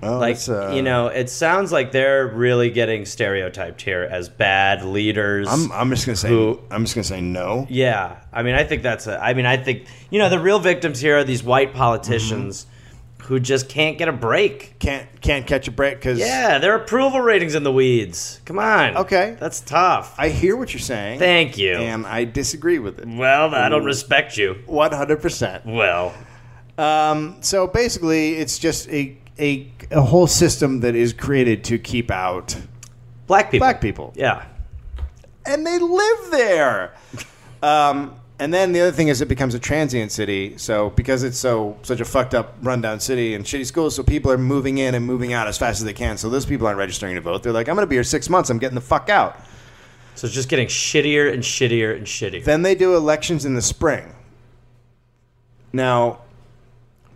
S1: Well,
S2: Like
S1: that's, uh,
S2: you know, it sounds like they're really getting stereotyped here as bad leaders.
S1: I'm, I'm just gonna say
S2: Who-
S1: I'm just gonna say no.
S2: Yeah, I mean, I think that's a. I mean, I think you know the real victims here are these white politicians
S1: Mm-hmm.
S2: who just can't get a break.
S1: Can't can't catch a break because
S2: Yeah, their approval ratings in the weeds. Come on.
S1: Okay.
S2: that's tough.
S1: I hear what you're saying.
S2: Thank you.
S1: And I disagree with it.
S2: Well, I don't respect you.
S1: 100 percent.
S2: Well,
S1: Um, so basically, it's just a, a a whole system that is created to keep out
S2: black people.
S1: black people,
S2: Yeah.
S1: and they live there. Um, and then the other thing is, it becomes a transient city. So because it's so such a fucked up, rundown city and shitty schools, so people are moving in and moving out as fast as they can. So those people aren't registering to vote. They're like, I'm going to be here six months. I'm getting the fuck out.
S2: So it's just getting shittier and shittier and shittier.
S1: Then they do elections in the spring. Now,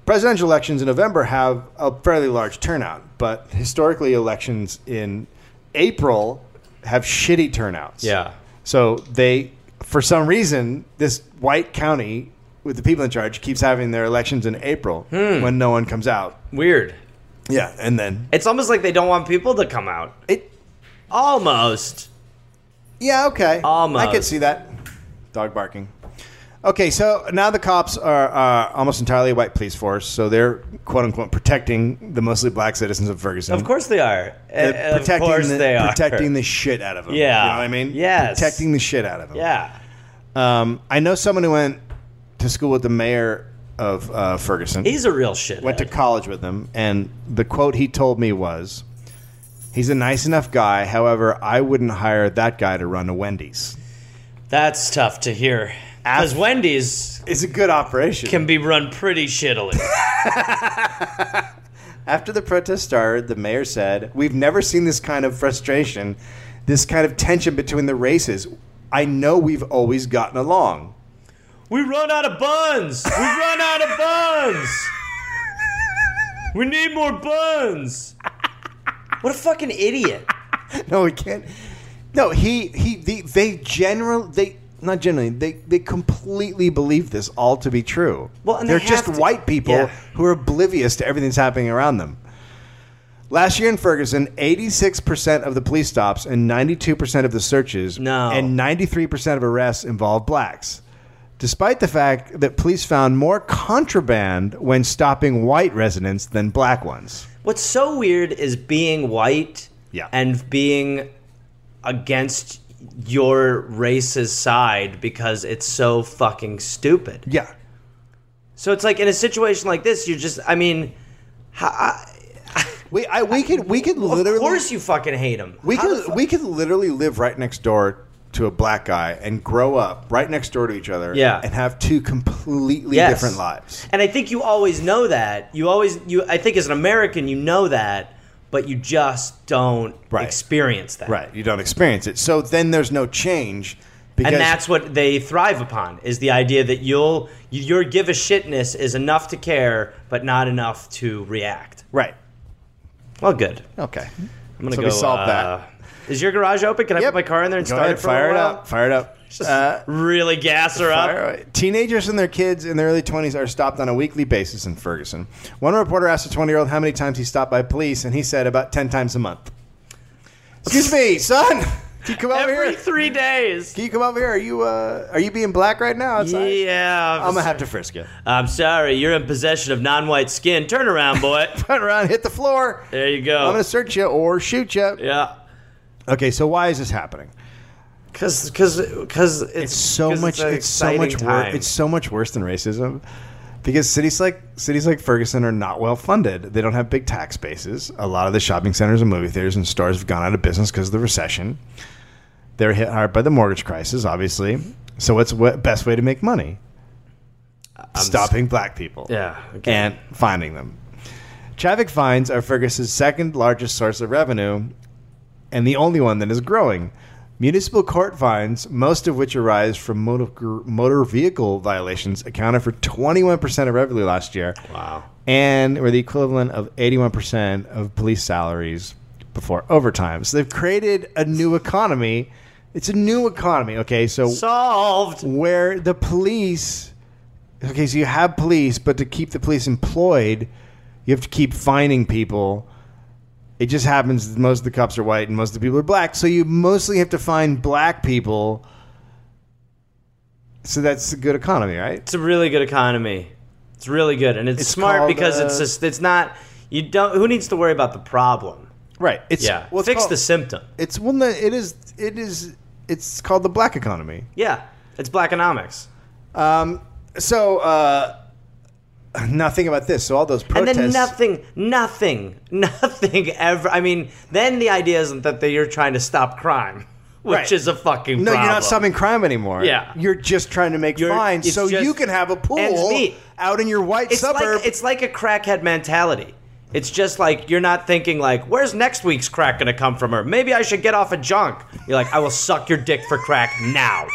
S1: presidential elections in November have a fairly large turnout, but historically, elections in April have shitty turnouts.
S2: yeah.
S1: So they, for some reason, this white county with the people in charge keeps having their elections in April when no one comes out.
S2: Weird.
S1: Yeah, and then
S2: It's almost like they don't want people to come out.
S1: it.
S2: Almost.
S1: Yeah, okay. I could
S2: Almost.
S1: see that. Dog barking. Okay, so now the cops are uh, almost entirely a white police force, so they're quote unquote protecting the mostly black citizens of Ferguson.
S2: Of course they are.
S1: They're
S2: Uh, of course
S1: the,
S2: they are.
S1: Protecting the shit out of them.
S2: Yeah.
S1: You know what I mean?
S2: Yes.
S1: Protecting the shit out of them.
S2: Yeah.
S1: Um, I know someone who went to school with the mayor of uh, Ferguson.
S2: He's a real shit.
S1: went to college with him, and the quote he told me was, "He's a nice enough guy. However, I wouldn't hire that guy to run a Wendy's.
S2: That's tough to hear. Because
S1: Af-
S2: Wendy's
S1: It's a good operation."
S2: can be run pretty shittily.
S1: After the protest started, the mayor said, We've never seen this kind of frustration, this kind of tension between the races. I know we've always gotten along.
S2: we run out of buns. We run out of buns. We need more buns. What a fucking idiot.
S1: No, we can't. No, he, he, the, they general, they, not generally, they, they completely believe this all to be true.
S2: Well, and they
S1: they're just
S2: have to-
S1: white people
S2: yeah.
S1: who are oblivious to everything that's happening around them. Last year in Ferguson, 86% of the police stops and 92% of the searches
S2: No.
S1: and 93% of arrests involved blacks. Despite the fact that police found more contraband when stopping white residents than black ones.
S2: What's so weird is being white
S1: Yeah.
S2: and being against your race's side because it's so fucking stupid.
S1: Yeah.
S2: So it's like in a situation like this, you're just, I mean,
S1: We I, we could we could literally
S2: of course you fucking hate him.
S1: we could we could literally live right next door to a black guy and grow up right next door to each other
S2: Yeah.
S1: and have two completely
S2: Yes.
S1: different lives.
S2: And I think you always know that. You always, you, I think as an American, you know that, but you just don't
S1: Right.
S2: experience that.
S1: Right. You don't experience it. So then there's no change because
S2: and that's what they thrive upon is the idea that you'll your give a shitness is enough to care but not enough to react
S1: right.
S2: well good
S1: Okay.
S2: i'm gonna
S1: So
S2: go
S1: we solved that.
S2: that is your garage open can i
S1: Yep.
S2: put my car in there and
S1: Go
S2: start
S1: ahead,
S2: it for
S1: fire
S2: a
S1: it
S2: little
S1: up. Fire it up. Uh,
S2: while? really gas her up
S1: fire away. Teenagers and their kids in their early 20s are stopped on a weekly basis in Ferguson. One reporter asked a 20 year old how many times he stopped by police, and he said about 10 times a month. Excuse me, son. Can you come over
S2: every
S1: here?
S2: three days
S1: Can you come over here? Are you uh, are you being black right now? Outside?
S2: yeah
S1: I'm gonna have to frisk you.
S2: I'm sorry you're in possession of non-white skin turn around boy
S1: Turn around, hit the floor.
S2: there you go
S1: I'm gonna search you or shoot you.
S2: yeah
S1: Okay, so why is this happening?
S2: because because because it's,
S1: it's so
S2: 'cause
S1: much
S2: an
S1: it's, so much
S2: exciting
S1: worse
S2: time.
S1: it's so much worse than racism because cities like cities like Ferguson are not well funded. They don't have big tax bases. A lot of the shopping centers and movie theaters and stores have gone out of business because of the recession. They're hit hard by the mortgage crisis, obviously. So what's what best way to make money? Stopping black people
S2: yeah okay.
S1: and finding them. Traffic fines are Fergus's second largest source of revenue and the only one that is growing. Municipal court fines, most of which arise from motor, motor vehicle violations, accounted for 21% of revenue last year
S2: wow
S1: and were the equivalent of 81% of police salaries before overtime. So they've created a new economy. It's a new economy, okay? So
S2: solved
S1: where the police okay so you have police but to keep the police employed you have to keep finding people it just happens that most of the cops are white and most of the people are black so you mostly have to find black people so that's a good economy right
S2: It's a really good economy. It's really good, and it's, smart
S1: called,
S2: because
S1: uh,
S2: it's just, it's not you don't who needs to worry about the problem.
S1: right it's
S2: Yeah,
S1: well, it's
S2: fix
S1: called-
S2: the symptom.
S1: it's well no, it is it is it's called the black economy
S2: Yeah, it's blackonomics.
S1: um so uh nothing about this so all those
S2: And
S1: protests
S2: then nothing, nothing, nothing ever. I mean, then the idea isn't that they- you're trying to stop crime, which
S1: Right.
S2: is a fucking
S1: No, you're
S2: problem.
S1: not stopping crime anymore.
S2: Yeah.
S1: You're just trying to make
S2: You're-
S1: fines
S2: it's
S1: so
S2: just
S1: you can have a
S2: ends
S1: pool
S2: meet.
S1: out in your white
S2: It's
S1: suburb.
S2: like it's like a crackhead mentality. It's just like you're not thinking like, where's next week's crack gonna come from? Or maybe I should get off a junk. You're like, I will suck your dick for crack now.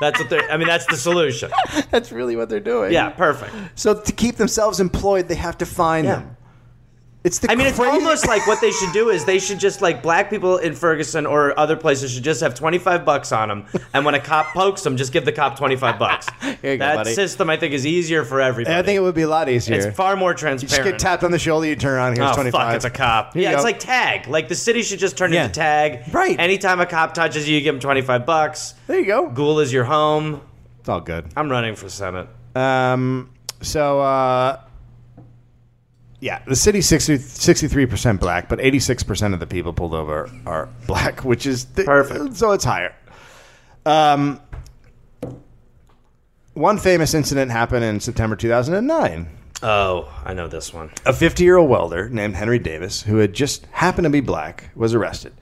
S2: That's what they're. I mean, that's the solution.
S1: That's really what they're doing.
S2: Yeah, perfect.
S1: So to keep themselves employed, they have to find
S2: Yeah.
S1: them. It's the
S2: I mean, it's
S1: crazy-
S2: almost like what they should do is they should just like black people in Ferguson or other places should just have 25 bucks on them, and when a cop pokes them, just give the cop 25 bucks.
S1: Here you go,
S2: that
S1: buddy.
S2: system, I think, is easier for everybody.
S1: I think it would be a lot easier.
S2: it's far more
S1: just
S2: transparent.
S1: get tapped on the shoulder, you turn around, here's
S2: Oh
S1: 25.
S2: fuck! It's a cop.
S1: Here
S2: yeah,
S1: you
S2: it's
S1: go.
S2: like tag. Like the city should just turn
S1: Yeah.
S2: into tag.
S1: Right.
S2: Anytime a cop touches you, you give him twenty five bucks.
S1: There you go.
S2: Ghoul is your home.
S1: It's all good.
S2: I'm running for Senate.
S1: Um, so, uh, yeah, the city's 60, 63% black, but 86% of the people pulled over are black, which is th-
S2: Perfect.
S1: So it's higher. Um, one famous incident happened in September 2009.
S2: Oh, I know this one.
S1: A 50 year old welder named Henry Davis, who had just happened to be black, was arrested.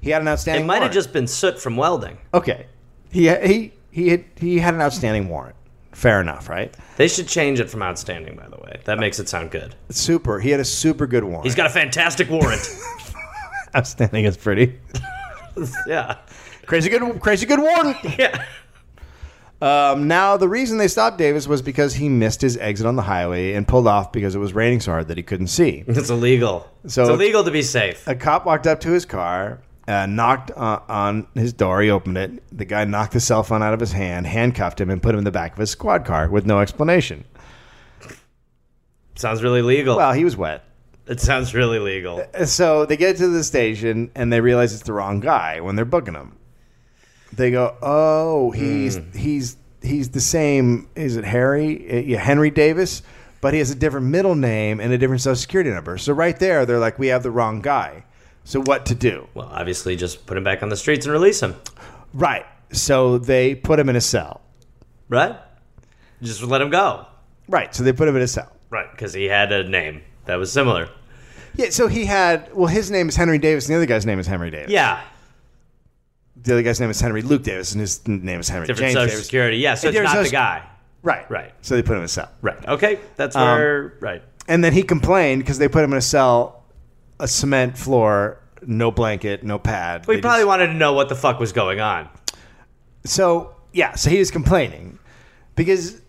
S1: He had an
S2: It
S1: outstanding.
S2: might have
S1: warrant.
S2: just been soot from welding.
S1: Okay. He, he, he, had, he had an outstanding warrant. Fair enough, right?
S2: They should change it from outstanding, by the way. That makes it sound good.
S1: Super. He had a super good warrant.
S2: He's got a fantastic warrant.
S1: Outstanding is pretty.
S2: yeah.
S1: Crazy good, crazy good warden.
S2: Yeah.
S1: Um, now, the reason they stopped Davis was because he missed his exit on the highway and pulled off because it was raining so hard that he couldn't see.
S2: It's illegal.
S1: So- Uh,
S2: it's illegal to be safe.
S1: A cop walked up to his car, uh, knocked uh, on his door. He opened it. The guy knocked the cell phone out of his hand, handcuffed him, and put him in the back of his squad car with no explanation.
S2: Sounds really legal.
S1: Well, uh, he was wet.
S2: it sounds really legal.
S1: So they get to the station and they realize it's the wrong guy when they're booking him. They go, "Oh, he's
S2: Hmm.
S1: he's he's the same. Is it Harry? Uh, yeah, Henry Davis, but he has a different middle name and a different social security number." So right there, they're like, "We have the wrong guy." So what to do?
S2: Well, obviously, just put him back on the streets and release him,
S1: Right. So they put him in a cell.
S2: right? Just let him go,
S1: Right. So they put him in a cell.
S2: right? Because he had a name that was similar.
S1: Yeah. So he had. Well, his name is Henry Davis, and the other guy's name is Henry Davis.
S2: Yeah,
S1: The other guy's name is Henry Luke Davis, and his name is Henry
S2: different
S1: James
S2: social
S1: Davis.
S2: security. Yeah, so
S1: And
S2: it's
S1: there's
S2: not
S1: no
S2: the
S1: sc-
S2: guy,
S1: Right.
S2: Right.
S1: So they put him in a cell.
S2: right? Okay, that's
S1: Um,
S2: where, right?
S1: and then he complained because they put him in a cell, a cement floor, no blanket, no pad.
S2: We
S1: They
S2: probably
S1: just-
S2: wanted to know what the fuck was going on.
S1: so yeah. So he was complaining because,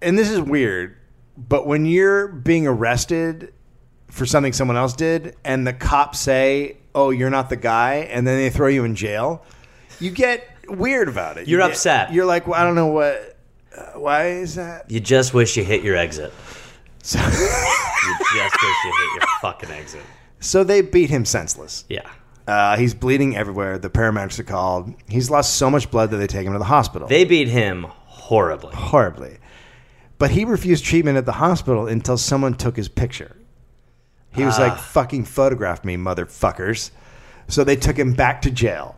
S1: and this is weird, but when you're being arrested for something someone else did, and the cops say, "Oh, you're not the guy," and then they throw you in jail, you get weird about it. You
S2: You're
S1: get-
S2: upset.
S1: You're like, well, I don't know what. Uh, why is that?
S2: You just wish you hit your exit.
S1: So,
S2: You just wish you hit your fucking exit.
S1: so they beat him senseless.
S2: Yeah.
S1: Uh, he's bleeding everywhere. The paramedics are called. He's lost so much blood that they take him to the hospital.
S2: They beat him horribly.
S1: Horribly. But he refused treatment at the hospital until someone took his picture. He was like, fucking photograph me, motherfuckers. So they took him back to jail.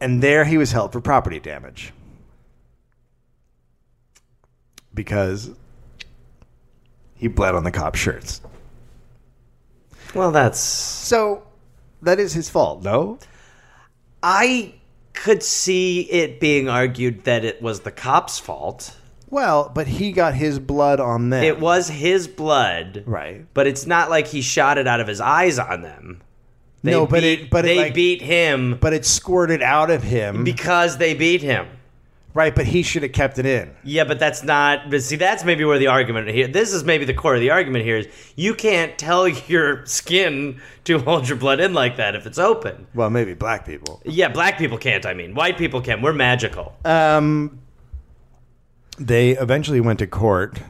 S1: And there he was held for property damage. Because he bled on the cop's shirts.
S2: Well, that's.
S1: So that is his fault, no?
S2: I could see it being argued that it was the cop's fault.
S1: Well, but he got his blood on them.
S2: It was his blood.
S1: Right.
S2: But it's not like he shot it out of his eyes on them. They
S1: No, but
S2: beat-
S1: it- but it,
S2: they
S1: like-
S2: beat him
S1: But it squirted out of him.
S2: because they beat him.
S1: right, but he should have kept it in.
S2: Yeah, but that's not. But see, that's maybe where the argument here. This is maybe the core of the argument here is you can't tell your skin to hold your blood in like that if it's open.
S1: Well, maybe black people.
S2: Yeah, black people can't. I mean, white people can. We're magical.
S1: Um they eventually went to court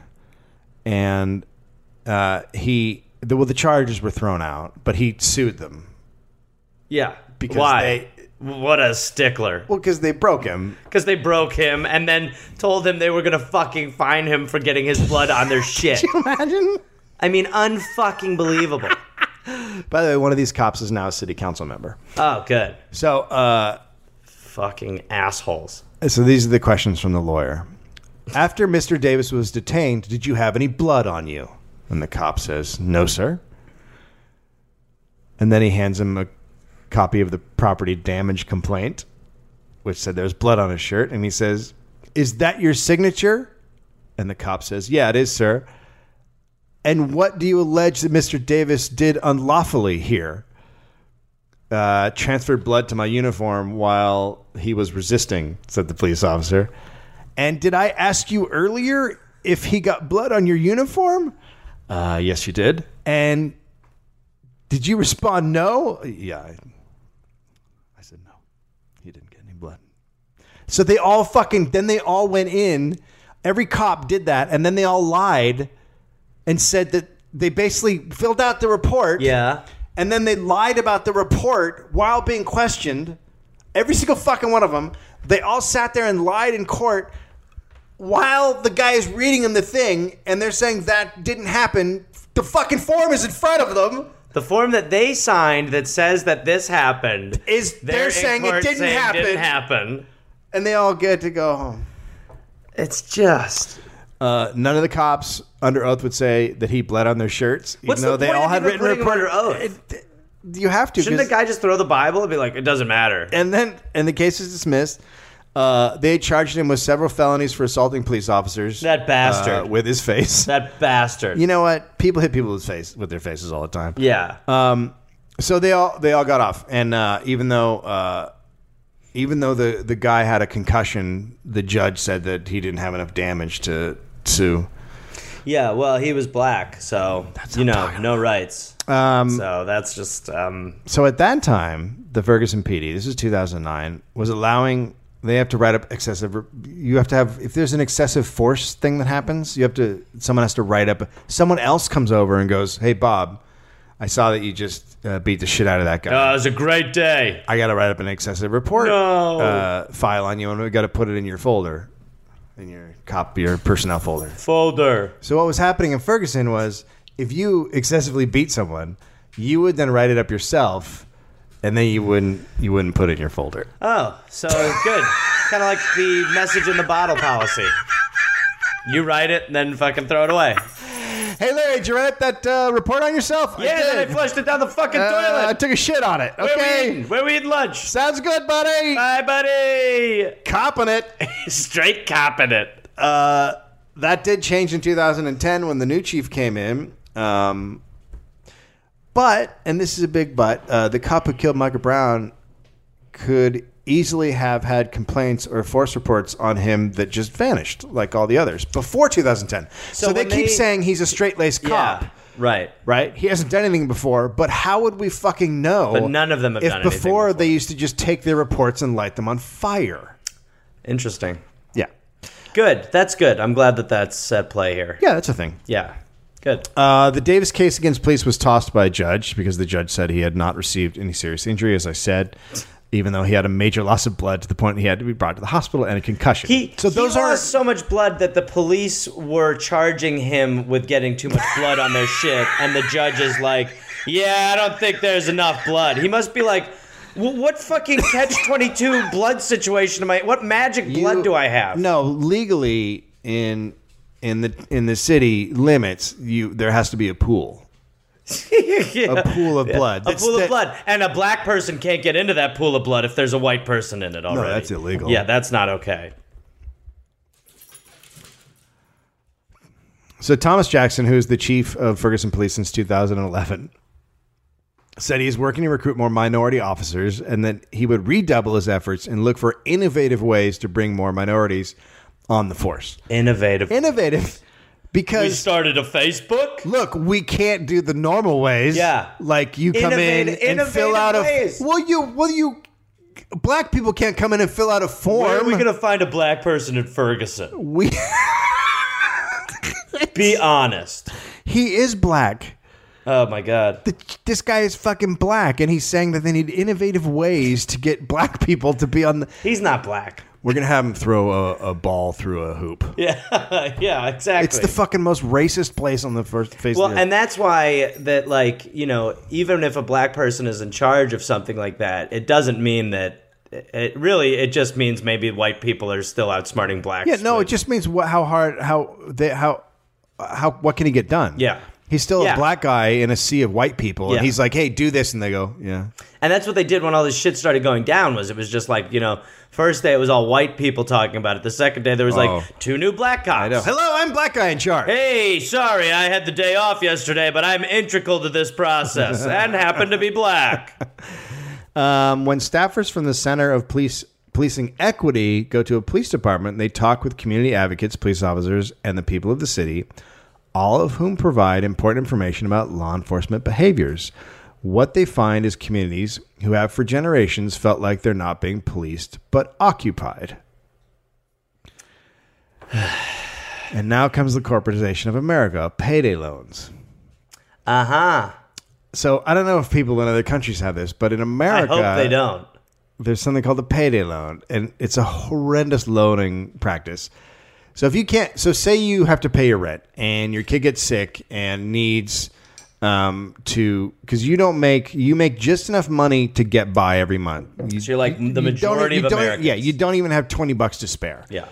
S1: and uh he the, well the charges were thrown out, but he sued them.
S2: yeah.
S1: because
S2: Why? what a stickler.
S1: Well, cuz they broke him.
S2: because they broke him and then told him they were gonna fucking fine him for getting his blood on their shit.
S1: Imagine.
S2: I mean, unfucking believable.
S1: By the way, one of these cops is now a city council member.
S2: Oh, good.
S1: So, uh
S2: Fucking assholes.
S1: So these are the questions from the lawyer. After Mr. Davis was detained, did you have any blood on you? And the cop says, No, sir. And then he hands him a copy of the property damage complaint, which said there was blood on his shirt. And he says, Is that your signature? And the cop says, Yeah, it is, sir. And what do you allege that Mr. Davis did unlawfully here? uh, transferred blood to my uniform while he was resisting, said the police officer. And did I ask you earlier if he got blood on your uniform? Uh, yes, you did. And did you respond no? Yeah. I, I said no. He didn't get any blood. So they all fucking, then they all went in. Every cop did that. And then they all lied and said that they basically filled out the report
S2: Yeah.
S1: and then they lied about the report while being questioned Every single fucking one of them. They all sat there and lied in court while the guy is reading them the thing, and they're saying that didn't happen. The fucking form is in front of them.
S2: The form that they signed that says that this happened
S1: Is they're,
S2: in
S1: saying it
S2: court
S1: didn't
S2: saying
S1: happen,
S2: Didn't happen.
S1: and they all get to go home.
S2: It's just
S1: Uh, none of the cops under oath would say that he bled on their shirts, even
S2: What's
S1: though
S2: the
S1: they
S2: point
S1: all
S2: of
S1: had
S2: even
S1: written
S2: putting him
S1: report.
S2: under oath?
S1: It- you have to.
S2: shouldn't the
S1: 'cause-
S2: guy just throw the Bible and be like, it doesn't matter?
S1: and then and the case is dismissed. Uh, they charged him with several felonies for assaulting police officers.
S2: That bastard.
S1: uh, with his face.
S2: That bastard.
S1: you know what? People hit people with face with their faces all the time.
S2: yeah.
S1: Um, so they all they all got off, and uh, even though uh, even though the the guy had a concussion, the judge said that he didn't have enough damage to sue.
S2: yeah. Well, he was black, so you know, no rights.
S1: Um,
S2: so that's just um,
S1: So at that time, the Ferguson PD, this is 2009, was allowing they have to write up excessive. You have to have if there's an excessive force thing that happens, you have to someone has to write up. Someone else comes over and goes, "Hey Bob, I saw that you just uh, beat the shit out of that guy.
S2: Uh, it was a great day.
S1: I got to write up an excessive report
S2: No.
S1: uh, file on you, and we got to put it in your folder, in your cop, your personnel folder."
S2: Folder.
S1: So what was happening in Ferguson was if you excessively beat someone, you would then write it up yourself, and then you wouldn't you wouldn't put it in your folder.
S2: Oh, so good. kind of like the message in the bottle policy. You write it, and then fucking throw it away.
S1: Hey Larry, did you write up that uh, report on yourself?
S2: Yeah,
S1: I
S2: then
S1: did.
S2: I flushed it down the fucking
S1: Uh, I
S2: toilet.
S1: took a shit on it.
S2: Where we
S1: Okay,
S2: eating? Where we eating lunch?
S1: sounds good, buddy.
S2: Bye, buddy.
S1: Copping it.
S2: Straight copping it.
S1: Uh, that did change in 2010 when the new chief came in. Um, but, and this is a big but, uh, the cop who killed Michael Brown could easily have had complaints or force reports on him that just vanished, like all the others, before 2010. So,
S2: So
S1: they
S2: when
S1: keep
S2: they-
S1: saying he's a straight laced cop.
S2: Yeah. Right.
S1: Right, he hasn't done anything before, but how would we fucking know?
S2: But none of them have
S1: if
S2: done anything
S1: before,
S2: before.
S1: they used to just take their reports and light them on fire.
S2: Interesting.
S1: Yeah,
S2: Good. That's good. I'm glad that that's at play here.
S1: yeah, that's a thing.
S2: Yeah. Good.
S1: Uh, the Davis case against police was tossed by a judge because the judge said he had not received any serious injury, as I said, even though he had a major loss of blood to the point he had to be brought to the hospital and a concussion.
S2: He,
S1: so those
S2: he
S1: are
S2: lost so much blood that the police were charging him with getting too much blood on their shit, and the judge is like, "Yeah, I don't think there's enough blood." He must be like, "Wh- "What fucking catch twenty two blood situation am I? What magic
S1: you-
S2: blood do I have?"
S1: No, legally in in the in the city limits, you there has to be a pool,
S2: Yeah.
S1: a pool of blood,
S2: A pool of blood, and a black person can't get into that pool of blood if there's a white person in it already.
S1: that's illegal.
S2: Yeah, that's not okay.
S1: So Thomas Jackson, who's the chief of Ferguson Police since 2011, said he's working to recruit more minority officers and that he would redouble his efforts and look for innovative ways to bring more minorities on the force.
S2: Innovative.
S1: Innovative
S2: we
S1: because
S2: started a Facebook.
S1: look, we can't do the normal ways.
S2: Yeah.
S1: Like you come in
S2: Innovative-
S1: and fill
S2: innovative
S1: out
S2: ways.
S1: a Well, you well you black people can't come in and fill out a form.
S2: Where are we gonna find a black person in Ferguson?
S1: we
S2: Be honest.
S1: He is black.
S2: Oh my god.
S1: the, this guy is fucking black, and he's saying that they need innovative ways to get black people to be on the.
S2: He's not black.
S1: We're gonna have him throw a, a ball through a hoop.
S2: Yeah, yeah, exactly.
S1: It's the fucking most racist place on the first face.
S2: well,
S1: of the earth.
S2: and that's why that like you know, even if a black person is in charge of something like that, it doesn't mean that. It really, it just means maybe white people are still outsmarting blacks.
S1: yeah, no,
S2: with-
S1: it just means what, how hard, how they, how, how, what can he get done?
S2: Yeah.
S1: he's still
S2: Yeah.
S1: a black guy in a sea of white people,
S2: Yeah.
S1: and he's like, "Hey, do this," and they go, "Yeah."
S2: And that's what they did when all this shit started going down. Was it was just like you know, first day it was all white people talking about it. The second day there was
S1: Oh.
S2: like two new black cops.
S1: Hello, I'm black guy in charge.
S2: Hey, sorry, I had the day off yesterday, but I'm integral to this process and happen to be black.
S1: Um, when staffers from the Center of Police Policing Equity go to a police department, they talk with community advocates, police officers, and the people of the city, all of whom provide important information about law enforcement behaviors. What they find is communities who have for generations felt like they're not being policed but occupied. and now comes the corporatization of America, payday loans.
S2: Uh huh.
S1: So I don't know if people in other countries have this, but in
S2: I
S1: America,
S2: hope they don't.
S1: there's something called the payday loan, and it's a horrendous loaning practice. So if you can't, so say you have to pay your rent, and your kid gets sick and needs um, to, because you don't make you make just enough money to get by every month. You,
S2: So you're like the
S1: you don't- e-,
S2: majority
S1: you
S2: of
S1: don't-
S2: Americans.
S1: Yeah, you don't even have twenty bucks to spare
S2: yeah.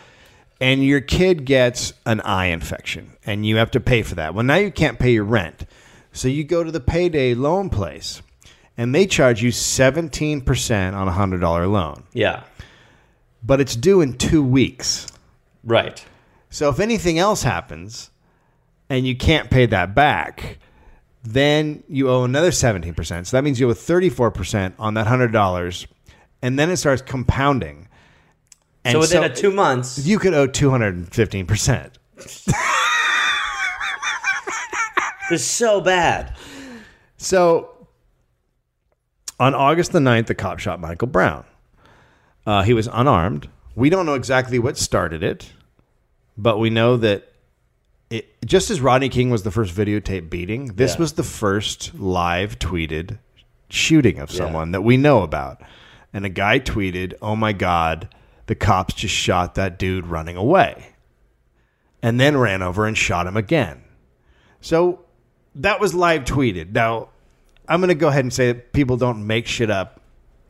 S1: and your kid gets an eye infection and you have to pay for that. Well, now you can't pay your rent. So you go to the payday loan place and they charge you 17% on a $100 loan,
S2: Yeah.
S1: but it's due in two weeks.
S2: Right.
S1: So if anything else happens and you can't pay that back, then you owe another 17%. So that means you owe 34% on that $100. And then it starts compounding. And
S2: so within a two months,
S1: you could owe 215%.
S2: they're so bad.
S1: So on August the 9th, the cop shot Michael Brown. Uh, he was unarmed. We don't know exactly what started it, but we know that it, just as Rodney King was the first videotape beating, this
S2: Yeah.
S1: was the first live tweeted shooting of someone that we know about. And a guy tweeted, Oh my God, the cops just shot that dude running away. And then ran over and shot him again. So that was live tweeted. Now, I'm going to go ahead and say that people don't make shit up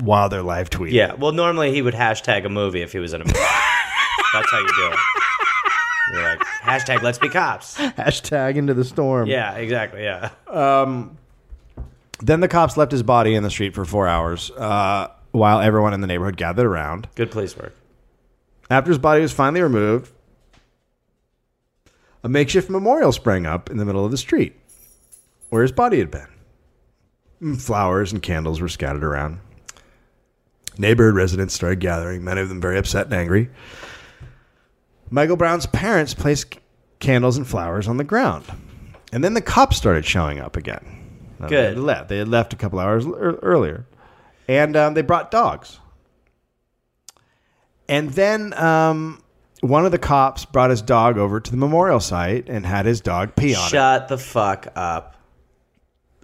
S1: while they're live tweeting.
S2: Yeah. Well, normally he would hashtag a movie if he was in a movie. That's how you do it. You're like hashtag Let's Be Cops.
S1: Hashtag into the storm.
S2: Yeah. Exactly. Yeah.
S1: Then the cops left his body in the street for four hours uh, while everyone in the neighborhood gathered around.
S2: Good police work.
S1: After his body was finally removed, a makeshift memorial sprang up in the middle of the street where his body had been. Mm, Flowers and candles were scattered around. Neighborhood residents started gathering, many of them very upset and angry. Michael Brown's parents placed c- candles and flowers on the ground. And then the cops started showing up again. Now, They
S2: Good.
S1: had left. They had left a couple hours l- ear- earlier. And um, they brought dogs. And then um, one of the cops brought his dog over to the memorial site and had his dog pee on it.
S2: Shut the fuck up.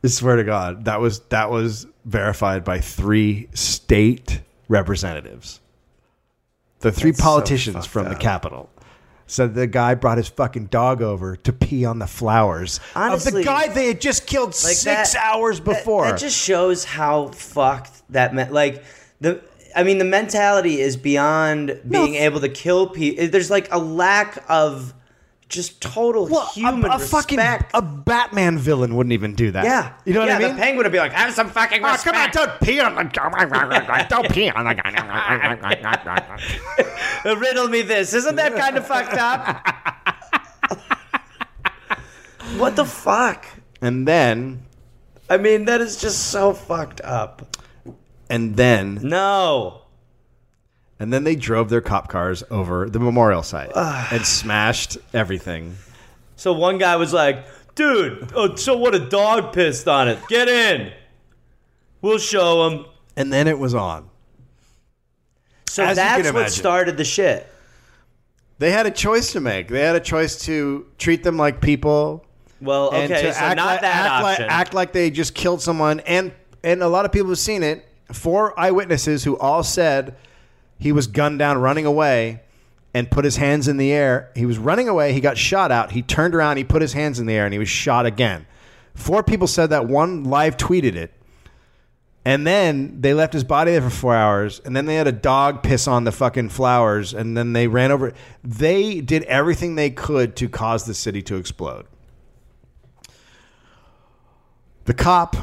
S1: I swear to God, that was that was verified by three state representatives. The three politicians from the Capitol. So the guy brought his fucking dog over to pee on the flowers of
S2: Honestly,
S1: the guy they had just killed
S2: Like,
S1: six
S2: that-
S1: hours
S2: that-
S1: before.
S2: That, just shows how fucked that meant. Like the. I mean, the mentality is beyond being able to kill people. There's like a lack of just total
S1: Well, a-
S2: human
S1: a,
S2: respect.
S1: fucking a Batman villain wouldn't even do that.
S2: yeah,
S1: you know what
S2: yeah,
S1: I mean.
S2: The penguin would be like, "Have some fucking
S4: Oh,
S2: respect."
S4: come on, don't pee on the don't pee on the
S2: Riddle me this. Isn't that kind of fucked up? what the fuck?
S1: And then
S2: I mean, that is just so fucked up.
S1: and then
S2: No.
S1: and then they drove their cop cars over the memorial site and smashed everything.
S2: So one guy was like, dude, oh, so what a dog pissed on it. Get in. We'll show him.
S1: And then it was on.
S2: So
S1: As you
S2: that's
S1: can
S2: what
S1: imagine.
S2: started the shit.
S1: They had a choice to make. They had a choice to treat them like people
S2: Well,
S1: and
S2: okay,
S1: to
S2: so
S1: act,
S2: not
S1: like,
S2: that
S1: act, like,
S2: option.
S1: act like they just killed someone. And and a lot of people have seen it. Four eyewitnesses who all said he was gunned down running away and put his hands in the air. He was running away. He got shot out. He turned around. He put his hands in the air and he was shot again. Four people said that. One live tweeted it. And then they left his body there for four hours. And then they had a dog piss on the fucking flowers. And then they ran over. They did everything they could to cause the city to explode. The cop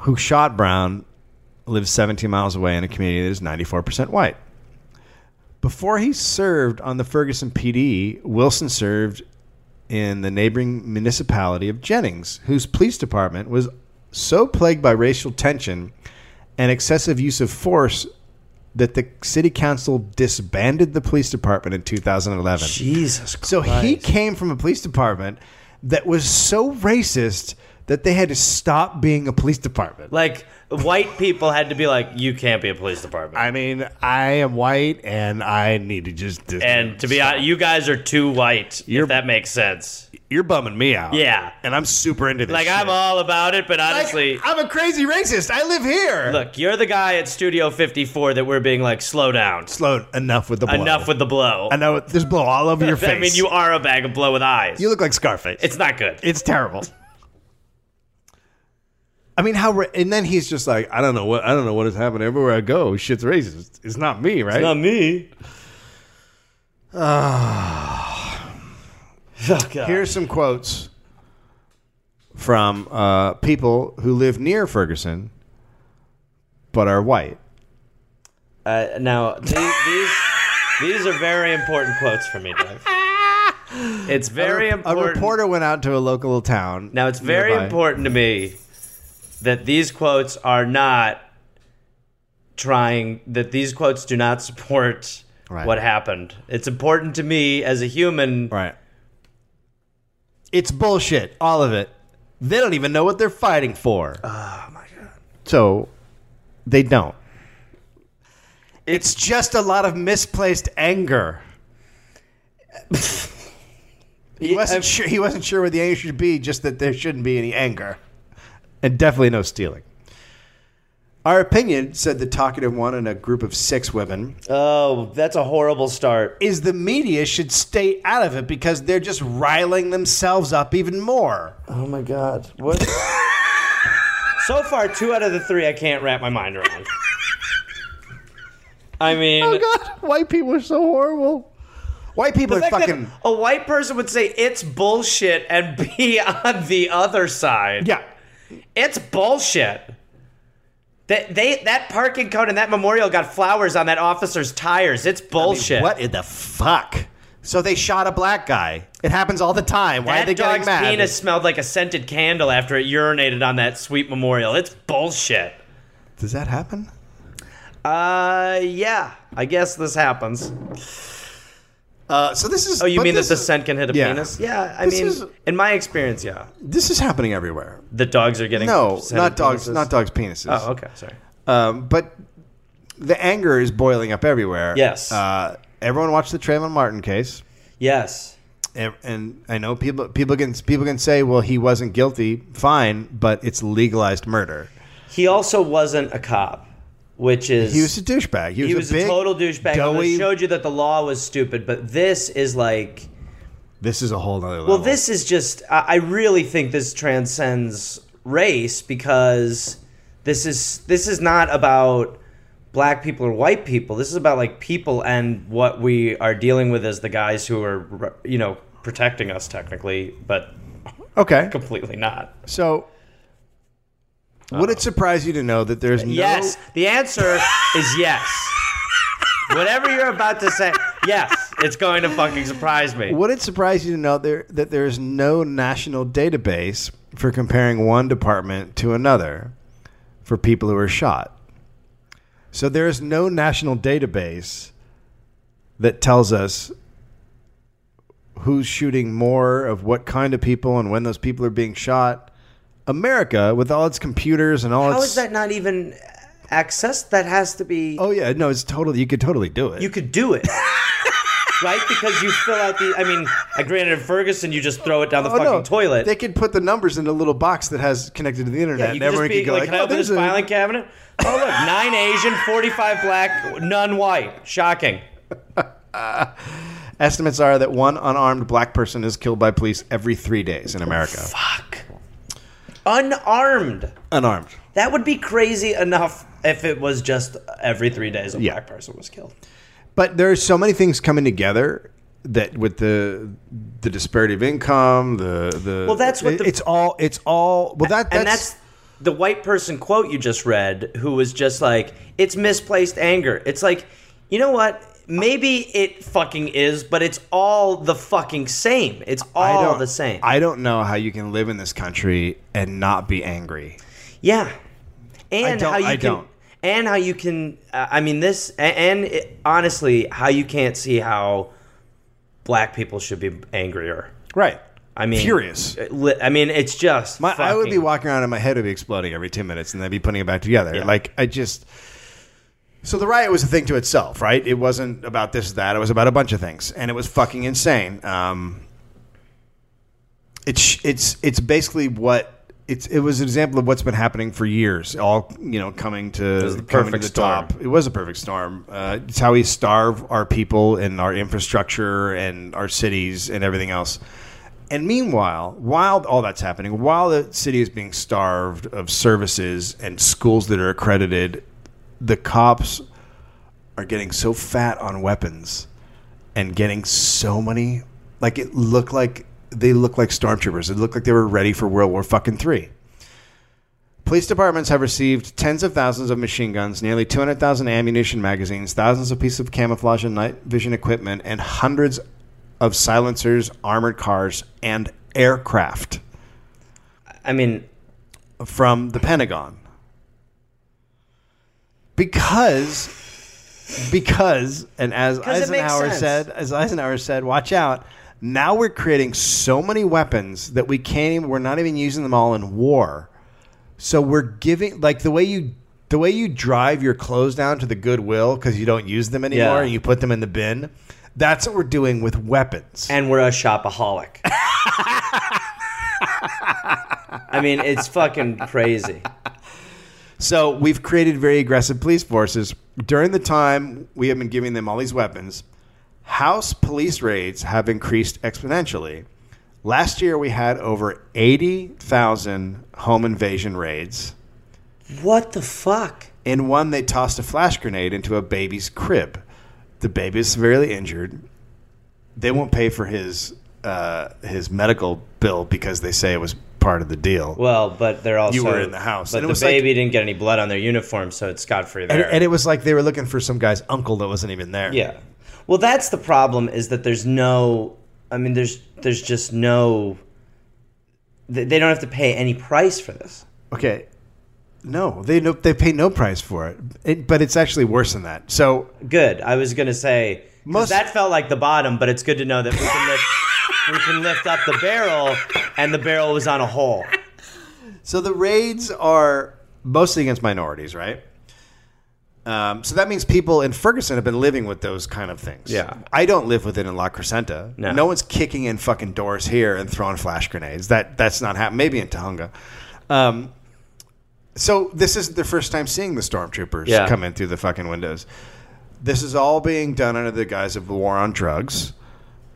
S1: who shot Brown lives 17 miles away in a community that is 94% white. Before he served on the Ferguson PD, Wilson served in the neighboring municipality of Jennings, whose police department was so plagued by racial tension and excessive use of force that the city council disbanded the police department in 2011.
S2: Jesus Christ.
S1: So he came from a police department that was so racist that they had to stop being a police department.
S2: Like white people had to be like, you can't be a police department.
S5: I mean, I am white and I need to just. dis-
S2: and to be honest, you guys are too white.
S5: You're-
S2: if that makes sense.
S5: you're bumming me out.
S2: Yeah.
S5: and I'm super into this.
S2: Like I'm all about it, but
S1: Like,
S2: honestly,
S1: I'm a crazy racist. I live here.
S2: look, you're the guy at Studio 54 that we're being like, slow down,
S5: slow enough with the blow.
S2: enough with the blow.
S5: I know there's blow all over your face.
S2: I mean, you are a bag of blow with eyes.
S5: you look like Scarface.
S2: it's not good.
S5: it's terrible.
S1: I mean, how? Ra- and then he's just
S5: It's like I don't know what I don't know what is happening everywhere I go. Shit's racist. It's not me, right?
S2: not me. Ah. oh God.
S1: Here's some quotes from uh, people who live near Ferguson but are white.
S2: Uh, now these, these these are very important quotes for me, Dave. It's very
S1: A
S2: important.
S1: reporter went out to a local town.
S2: Now it's very
S1: nearby.
S2: important to me that these quotes are not trying that these quotes do not support
S1: Right.
S2: what happened. It's important to me as a human.
S1: Right. It's bullshit, all of it. They don't even know what they're fighting for. Oh my god. So they don't. It's just a lot of misplaced anger. he wasn't sure he wasn't sure where the anger should be, just that there shouldn't be any anger. And definitely no stealing. Our opinion, said the talkative one and a group of six women,
S2: Oh, that's a horrible start.
S1: is the media should stay out of it because they're just riling themselves up even more.
S2: Oh my god. What? so far, two out of the three I can't wrap my mind around. I mean,
S1: Oh, God, white people are so horrible. White people
S2: the
S1: are
S2: fact that
S1: fucking.
S2: a white person would say it's bullshit and be on the other side.
S1: yeah.
S2: It's bullshit. That they that parking code and that memorial got flowers on that officer's tires. It's bullshit.
S1: What in the fuck? So they shot a black guy. It happens all the time. Why
S2: That
S1: are they getting
S2: dog's
S1: mad?
S2: penis smelled like a scented candle after it urinated on that sweet memorial. It's bullshit.
S1: Does that happen?
S2: Uh, yeah. I guess this happens.
S1: Uh, so this is.
S2: Oh, you
S1: but
S2: mean that
S1: this
S2: the
S1: is-
S2: scent can hit a
S1: yeah.
S2: penis? Yeah. I
S1: This
S2: mean,
S1: is-
S2: in my experience, yeah.
S1: This is happening everywhere.
S2: The dogs are getting
S1: No,
S2: scented
S1: not dogs.
S2: penises.
S1: Not dogs' penises.
S2: Oh, okay. Sorry.
S1: Um, but the anger is boiling up everywhere.
S2: Yes.
S1: Uh, everyone watched the Trayvon Martin case.
S2: Yes.
S1: and, and I know people people can people can say, well, he wasn't guilty. Fine, but it's legalized murder.
S2: He also wasn't a cop, which is
S1: He was a douchebag. He was,
S2: he was a,
S1: big,
S2: total douchebag. and
S1: doughy-
S2: It showed you that the law was stupid, but this is like,
S1: This is a whole other level.
S2: well, this is just. I, I really think this transcends race because this is this is not about black people or white people. This is about like people and what we are dealing with as the guys who are you know protecting us technically, but
S1: okay.
S2: completely not.
S1: So, would it surprise you to know that there's no?
S2: Yes. The answer is yes. Whatever you're about to say, yes, it's going to fucking surprise me.
S1: Would it surprise you to know there that there is no national database for comparing one department to another for people who are shot? So there is no national database that tells us who's shooting more of what kind of people and when those people are being shot. America, with all its computers and all
S2: How
S1: its
S2: is that not even access? That has to be.
S1: oh yeah, no, it's totally you could totally do it.
S2: You could do it. right? Because you fill out the. I mean, I granted in Ferguson, you just throw it down the
S1: Oh,
S2: fucking
S1: no.
S2: toilet.
S1: They could put the numbers in a little box that has connected to the internet,
S2: yeah,
S1: and
S2: you could just
S1: everyone
S2: be
S1: could go
S2: like,
S1: like,
S2: can I
S1: "Oh,
S2: open this
S1: there's a
S2: filing cabinet? Oh, look, nine Asian, 45 black, none white. Shocking.
S1: Estimates are that one unarmed black person is killed by police every three days in America.
S2: Fuck. Unarmed.
S1: Unarmed.
S2: That would be crazy enough if it was just every three days a
S1: Yeah.
S2: black person was killed.
S1: But there are so many things coming together that with the the disparity of income, the the
S2: Well, that's what the-
S1: it's all it's all well that that's,
S2: and that's the white person quote you just read who was just like it's misplaced anger it's like you know what maybe it fucking is but it's all the fucking same it's
S1: I
S2: all
S1: don't-
S2: the same
S1: I don't know how you can live in this country and not be angry.
S2: yeah and
S1: don't-
S2: how you
S1: I
S2: can
S1: don't.
S2: and how you can uh, i mean this a- and it, honestly how you can't see how black people should be angrier
S1: Right.
S2: I mean, uh,
S1: Furious.
S2: Li- I mean, it's just.
S1: My, I would be
S2: fucking-
S1: walking around and my head would be exploding every two minutes, and then be putting it back together.
S2: Yeah.
S1: Like I just. So the riot was a thing to itself, right? It wasn't about this or that. It was about a bunch of things, and it was fucking insane. Um, it's it's it's basically what it's it was an example of what's been happening for years. All you know, coming to
S2: was the
S1: coming to
S2: perfect
S1: the
S2: storm.
S1: top. It was a perfect storm. Uh, it's how we starve our people and our infrastructure and our cities and everything else. And meanwhile, while all that's happening, while the city is being starved of services and schools that are accredited, the cops are getting so fat on weapons and getting so many. Like it looked like they looked like stormtroopers. It looked like they were ready for World War fucking three. Police departments have received tens of thousands of machine guns, nearly 200,000 ammunition magazines, thousands of pieces of camouflage and night vision equipment, and hundreds of silencers, armored cars, and aircraft
S2: I mean,
S1: from the Pentagon. Because, because, and as
S2: 'Cause it makes
S1: Eisenhower
S2: sense.
S1: said, as Eisenhower said, watch out. Now we're creating so many weapons that we can't even. We're not even using them all in war. So we're giving like the way you the way you drive your clothes down to the Goodwill because you don't use them anymore
S2: Yeah.
S1: and you put them in the bin. That's what we're doing with weapons.
S2: and we're a shopaholic. I mean, it's fucking crazy.
S1: So we've created very aggressive police forces. During the time we have been giving them all these weapons, house police raids have increased exponentially. Last year we had over 80,000 home invasion raids.
S2: What the fuck?
S1: In one, they tossed a flash grenade into a baby's crib. The baby is severely injured. They won't pay for his uh, his medical bill because they say it was part of the deal.
S2: Well, but they're also
S1: were in the house,
S2: But
S1: and it
S2: the
S1: was like-
S2: baby didn't get any blood on their uniform, so it's scot free
S1: and,
S2: there.
S1: and it was like they were looking for some guy's uncle that wasn't even there.
S2: yeah. Well, that's the problem is that there's no. I mean, there's there's just no. They they don't have to pay any price for this.
S1: Okay. No, they no, they pay no price for it. it. But it's actually worse than that. So
S2: Good. I was gonna say 'cause
S1: Most-
S2: that felt like the bottom, but it's good to know that we can lift, we can lift up the barrel, and the barrel was on a hole.
S1: so the raids are mostly against minorities, right? Um, so that means people in Ferguson have been living with those kind of things.
S2: Yeah.
S1: I don't live with it in La Crescenta.
S2: No.
S1: one's kicking in fucking doors here and throwing flash grenades. That that's not happening. Maybe in Tahunga. Um, so this isn't their first time seeing the stormtroopers
S2: Yeah.
S1: come in through the fucking windows. This is all being done under the guise of the war on drugs.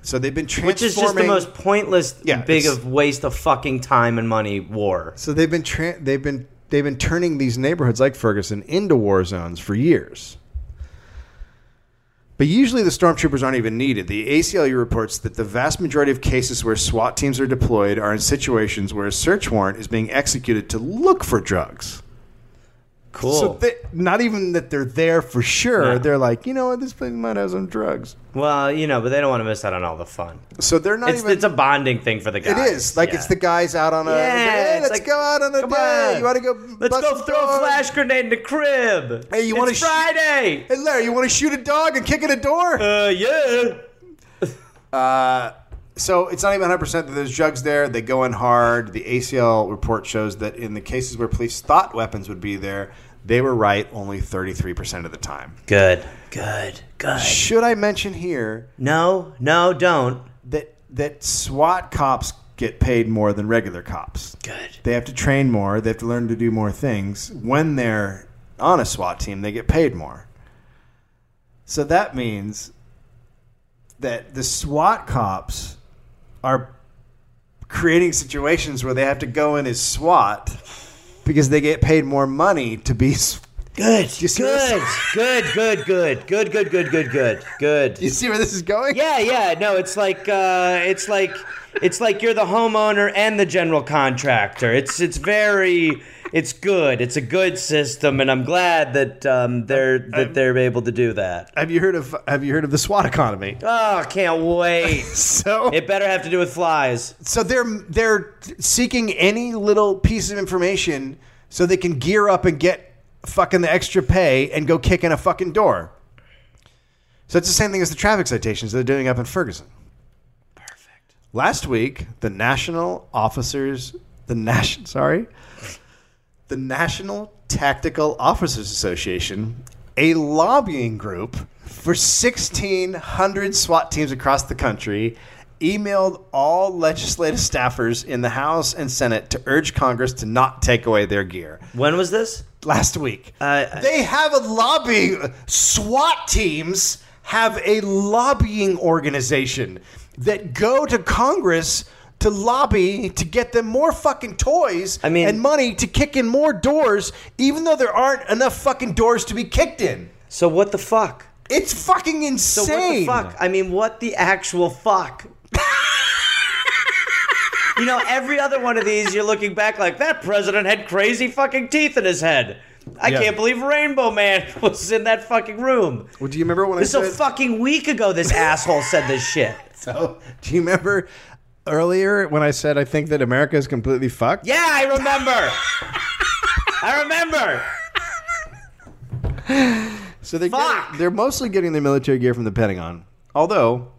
S1: So they've been transforming.
S2: Which is just the most pointless,
S1: Yeah,
S2: big
S1: it's-
S2: of waste of fucking time and money war.
S1: So they've been tra- they've been they've been turning these neighborhoods like Ferguson into war zones for years. But usually the stormtroopers aren't even needed. The ACLU reports that the vast majority of cases where SWAT teams are deployed are in situations where a search warrant is being executed to look for drugs.
S2: Cool.
S1: So they, not even that they're there for sure.
S2: Yeah.
S1: They're like, you know what, this place might have some drugs.
S2: well, you know, but they don't want to miss out on all the fun.
S1: So they're not
S2: It's,
S1: even.
S2: it's a bonding thing for the
S1: it
S2: guys.
S1: is like it's
S2: Yeah.
S1: the guys out on a.
S2: Yeah,
S1: hey,
S2: it's
S1: let's
S2: like,
S1: go out on a
S2: Come
S1: day.
S2: on.
S1: You want to go?
S2: Let's
S1: bust
S2: go
S1: some
S2: throw a
S1: doors?
S2: flash grenade in the crib.
S1: Hey, you wanna
S2: It's
S1: sh-
S2: Friday?
S1: Hey Larry, you want to shoot a dog and kick in a door?
S2: uh, yeah.
S1: So it's not even 100% that there's drugs there. They go in hard. The ACL report shows that in the cases where police thought weapons would be there, they were right only 33% of the time.
S2: Good. Good. Good.
S1: Should I mention here
S2: No. No. Don't.
S1: that that SWAT cops get paid more than regular cops?
S2: Good.
S1: They have to train more, they have to learn to do more things. When they're on a SWAT team, they get paid more. So that means that the SWAT cops are creating situations where they have to go in as SWAT because they get paid more money to be. s-
S2: Good.
S1: You see this?
S2: Good. Good. Good. Good. Good. Good. Good. Good. Good. Good.
S1: You see where this is going?
S2: Yeah, yeah. No, it's like uh, it's like it's like you're the homeowner and the general contractor. It's it's very it's good. It's a good system, and I'm glad that um, they're that they're able to do that.
S1: Have you heard of Have you heard of the SWAT economy?
S2: Oh, can't wait.
S1: So
S2: It better have to do with flies.
S1: so they're they're seeking any little piece of information so they can gear up and get fucking the extra pay and go kick in a fucking door. So it's the same thing as the traffic citations they're doing up in Ferguson. Perfect. Last week, the National Officers, the National, sorry, the National Tactical Officers Association, a lobbying group for 1,600 SWAT teams across the country, emailed all legislative staffers in the House and Senate to urge Congress to not take away their gear.
S2: When was this?
S1: Last week,
S2: Uh, I-
S1: they have a lobbying SWAT teams have a lobbying organization that go to Congress to lobby to get them more fucking toys
S2: I mean-
S1: and money to kick in more doors, even though there aren't enough fucking doors to be kicked in.
S2: So what the fuck?
S1: It's fucking
S2: So
S1: insane.
S2: what the fuck? I mean, what the actual fuck? you know, every other one of these, you're looking back like that president had crazy fucking teeth in his head. I
S5: Yeah.
S2: can't believe Rainbow Man was in that fucking room.
S1: Well, do you remember when
S2: This
S1: I
S2: a
S1: said?
S2: fucking week ago. This asshole said this shit.
S1: so, do you remember earlier when I said I think that America is completely fucked?
S2: Yeah, I remember. I remember.
S1: So they
S2: Fuck!
S1: they're mostly getting their military gear from the Pentagon. Although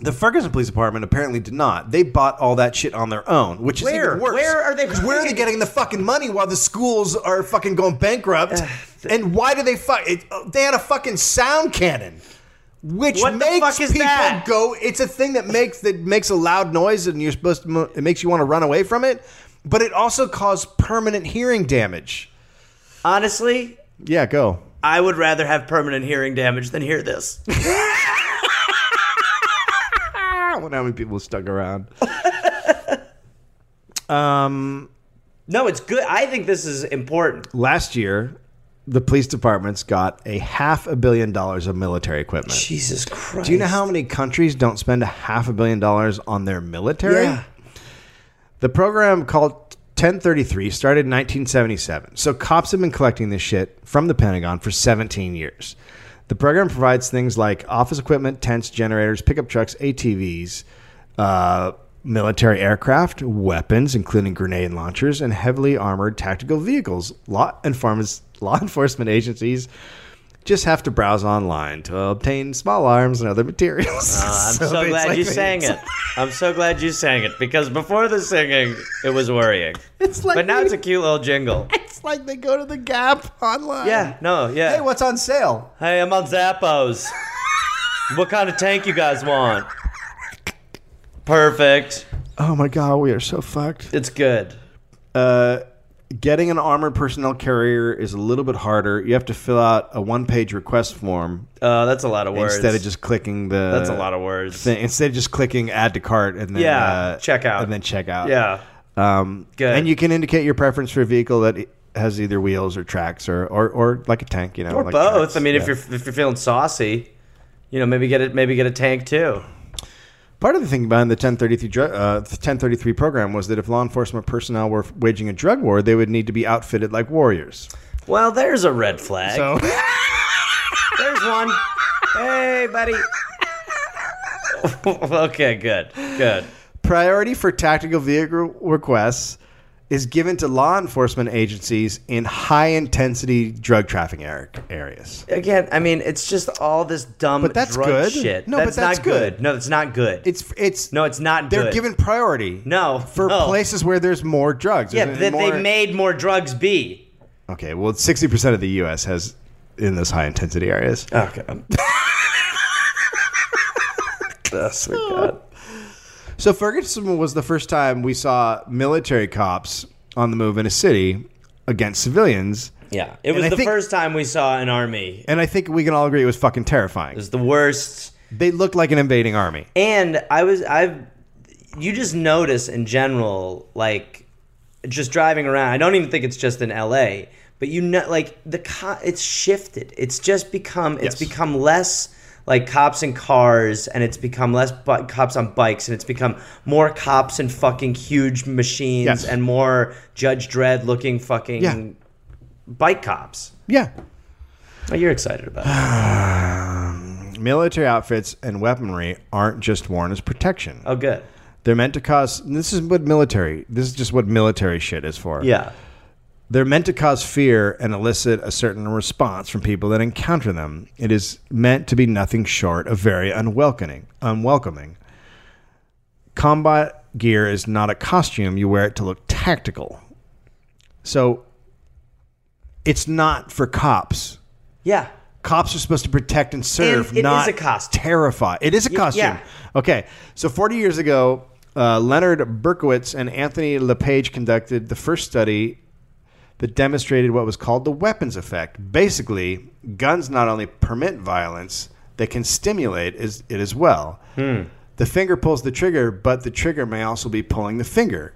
S1: the Ferguson Police Department apparently did not. They bought all that shit on their own, which is
S2: Where?
S1: even worse.
S2: Where are they-
S1: 'Cause Where are they getting the fucking money while the schools are fucking going bankrupt? and why do they fuck? It, oh, they had a fucking sound cannon. Which
S2: What the
S1: makes
S2: fuck is
S1: people
S2: that?
S1: go. It's a thing that makes that makes a loud noise, and you're supposed to. mo- It makes you want to run away from it, but it also caused permanent hearing damage.
S2: Honestly,
S1: Yeah, go.
S2: I would rather have permanent hearing damage than hear this.
S1: I wonder how many people stuck around.
S2: No, it's good. I think this is important.
S1: last year the police departments got a half a billion dollars of military equipment.
S2: Jesus Christ.
S1: Do you know how many countries don't spend a half a billion dollars on their military?
S2: Yeah.
S1: The program called 1033 started in 1977. So cops have been collecting this shit from the Pentagon for 17 years. The program provides things like office equipment, tents, generators, pickup trucks, ATVs, uh, military aircraft, weapons, including grenade launchers, and heavily armored tactical vehicles. Law, enforcement, law enforcement agencies just have to browse online to obtain small arms and other materials.
S2: Oh, I'm so, glad you sang it. I'm so glad you sang it because before the singing, it was worrying.
S1: It's like
S2: But now it's a cute little jingle.
S1: It's like they go to the Gap online.
S2: Yeah, no, yeah.
S1: Hey, what's on sale?
S2: Hey, I'm on Zappos. what kind of tank you guys want? Perfect.
S1: Oh my god, we are so fucked.
S2: It's good.
S1: Uh, Getting an armored personnel carrier is a little bit harder. You have to fill out a one-page request form
S2: Uh, that's a lot of words.
S1: instead of just clicking the.
S2: That's a lot of words.
S1: Thing, instead of just clicking add to cart and then
S2: Yeah,
S1: uh,
S2: check out.
S1: and then check out.
S2: Yeah.
S1: Um,
S2: Good.
S1: And you can indicate your preference for a vehicle that i- has either wheels or tracks or or, or like a tank, you know,
S2: Or
S1: like
S2: both.
S1: tracks.
S2: I mean,
S1: Yeah.
S2: if you're if you're feeling saucy, you know, maybe get it maybe get a tank too.
S1: Part of the thing behind the 1033, dr- uh, the 1033 program was that if law enforcement personnel were f- waging a drug war, they would need to be outfitted like warriors.
S2: Well, there's a red flag.
S1: So,
S2: There's one. Hey, buddy. okay, good. Good.
S1: priority for tactical vehicle requests is given to law enforcement agencies in high intensity drug trafficking ar- areas.
S2: Again, I mean, it's just all this dumb
S1: But that's
S2: drug
S1: good.
S2: shit.
S1: No, but that's
S2: not good.
S1: good.
S2: No, that's not good.
S1: It's it's
S2: no, it's not
S1: they're
S2: good.
S1: given priority
S2: No,
S1: for
S2: no.
S1: places where there's more drugs.
S2: Yeah,
S1: There's
S2: that
S1: more-
S2: they made more drugs be.
S1: Okay, well, 60% of the U.S. has in those high intensity areas.
S2: Okay. That's what God.
S1: So Ferguson was the first time we saw military cops on the move in a city against civilians,
S2: Yeah, it was
S1: I
S2: the
S1: think-
S2: first time we saw an army. It
S1: and I think we can all agree it was fucking terrifying.
S2: was the worst.
S1: They looked like an invading army.
S2: And I was I've you just notice in general like just driving around. I don't even think it's just in LA, but you know like the co- it's shifted. It's just become it's
S1: Yes.
S2: become less like cops and cars and it's become less bu- cops on bikes and it's become more cops and fucking huge machines
S1: Yes.
S2: and more Judge Dredd looking fucking
S1: Yeah.
S2: bike cops.
S1: Yeah.
S2: Oh, you're excited about it.
S1: Military outfits and weaponry aren't just worn as protection.
S2: Oh good.
S1: They're meant to cause. This is what military. This is just what military shit is for.
S2: Yeah.
S1: They're meant to cause fear and elicit a certain response from people that encounter them. It is meant to be nothing short of very unwelcoming. Unwelcoming. combat gear is not a costume. You wear it to look tactical. So it's not for cops.
S2: Yeah.
S1: Cops are supposed to protect and serve,
S2: And it
S1: not
S2: is a costume.
S1: terrify. It is a costume.
S2: yeah.
S1: Okay. So 40 years ago, uh, Leonard Berkowitz and Anthony LePage conducted the first study that demonstrated what was called the weapons effect. Basically, guns not only permit violence, they can stimulate is- it as well. The finger pulls the trigger, but the trigger may also be pulling the finger.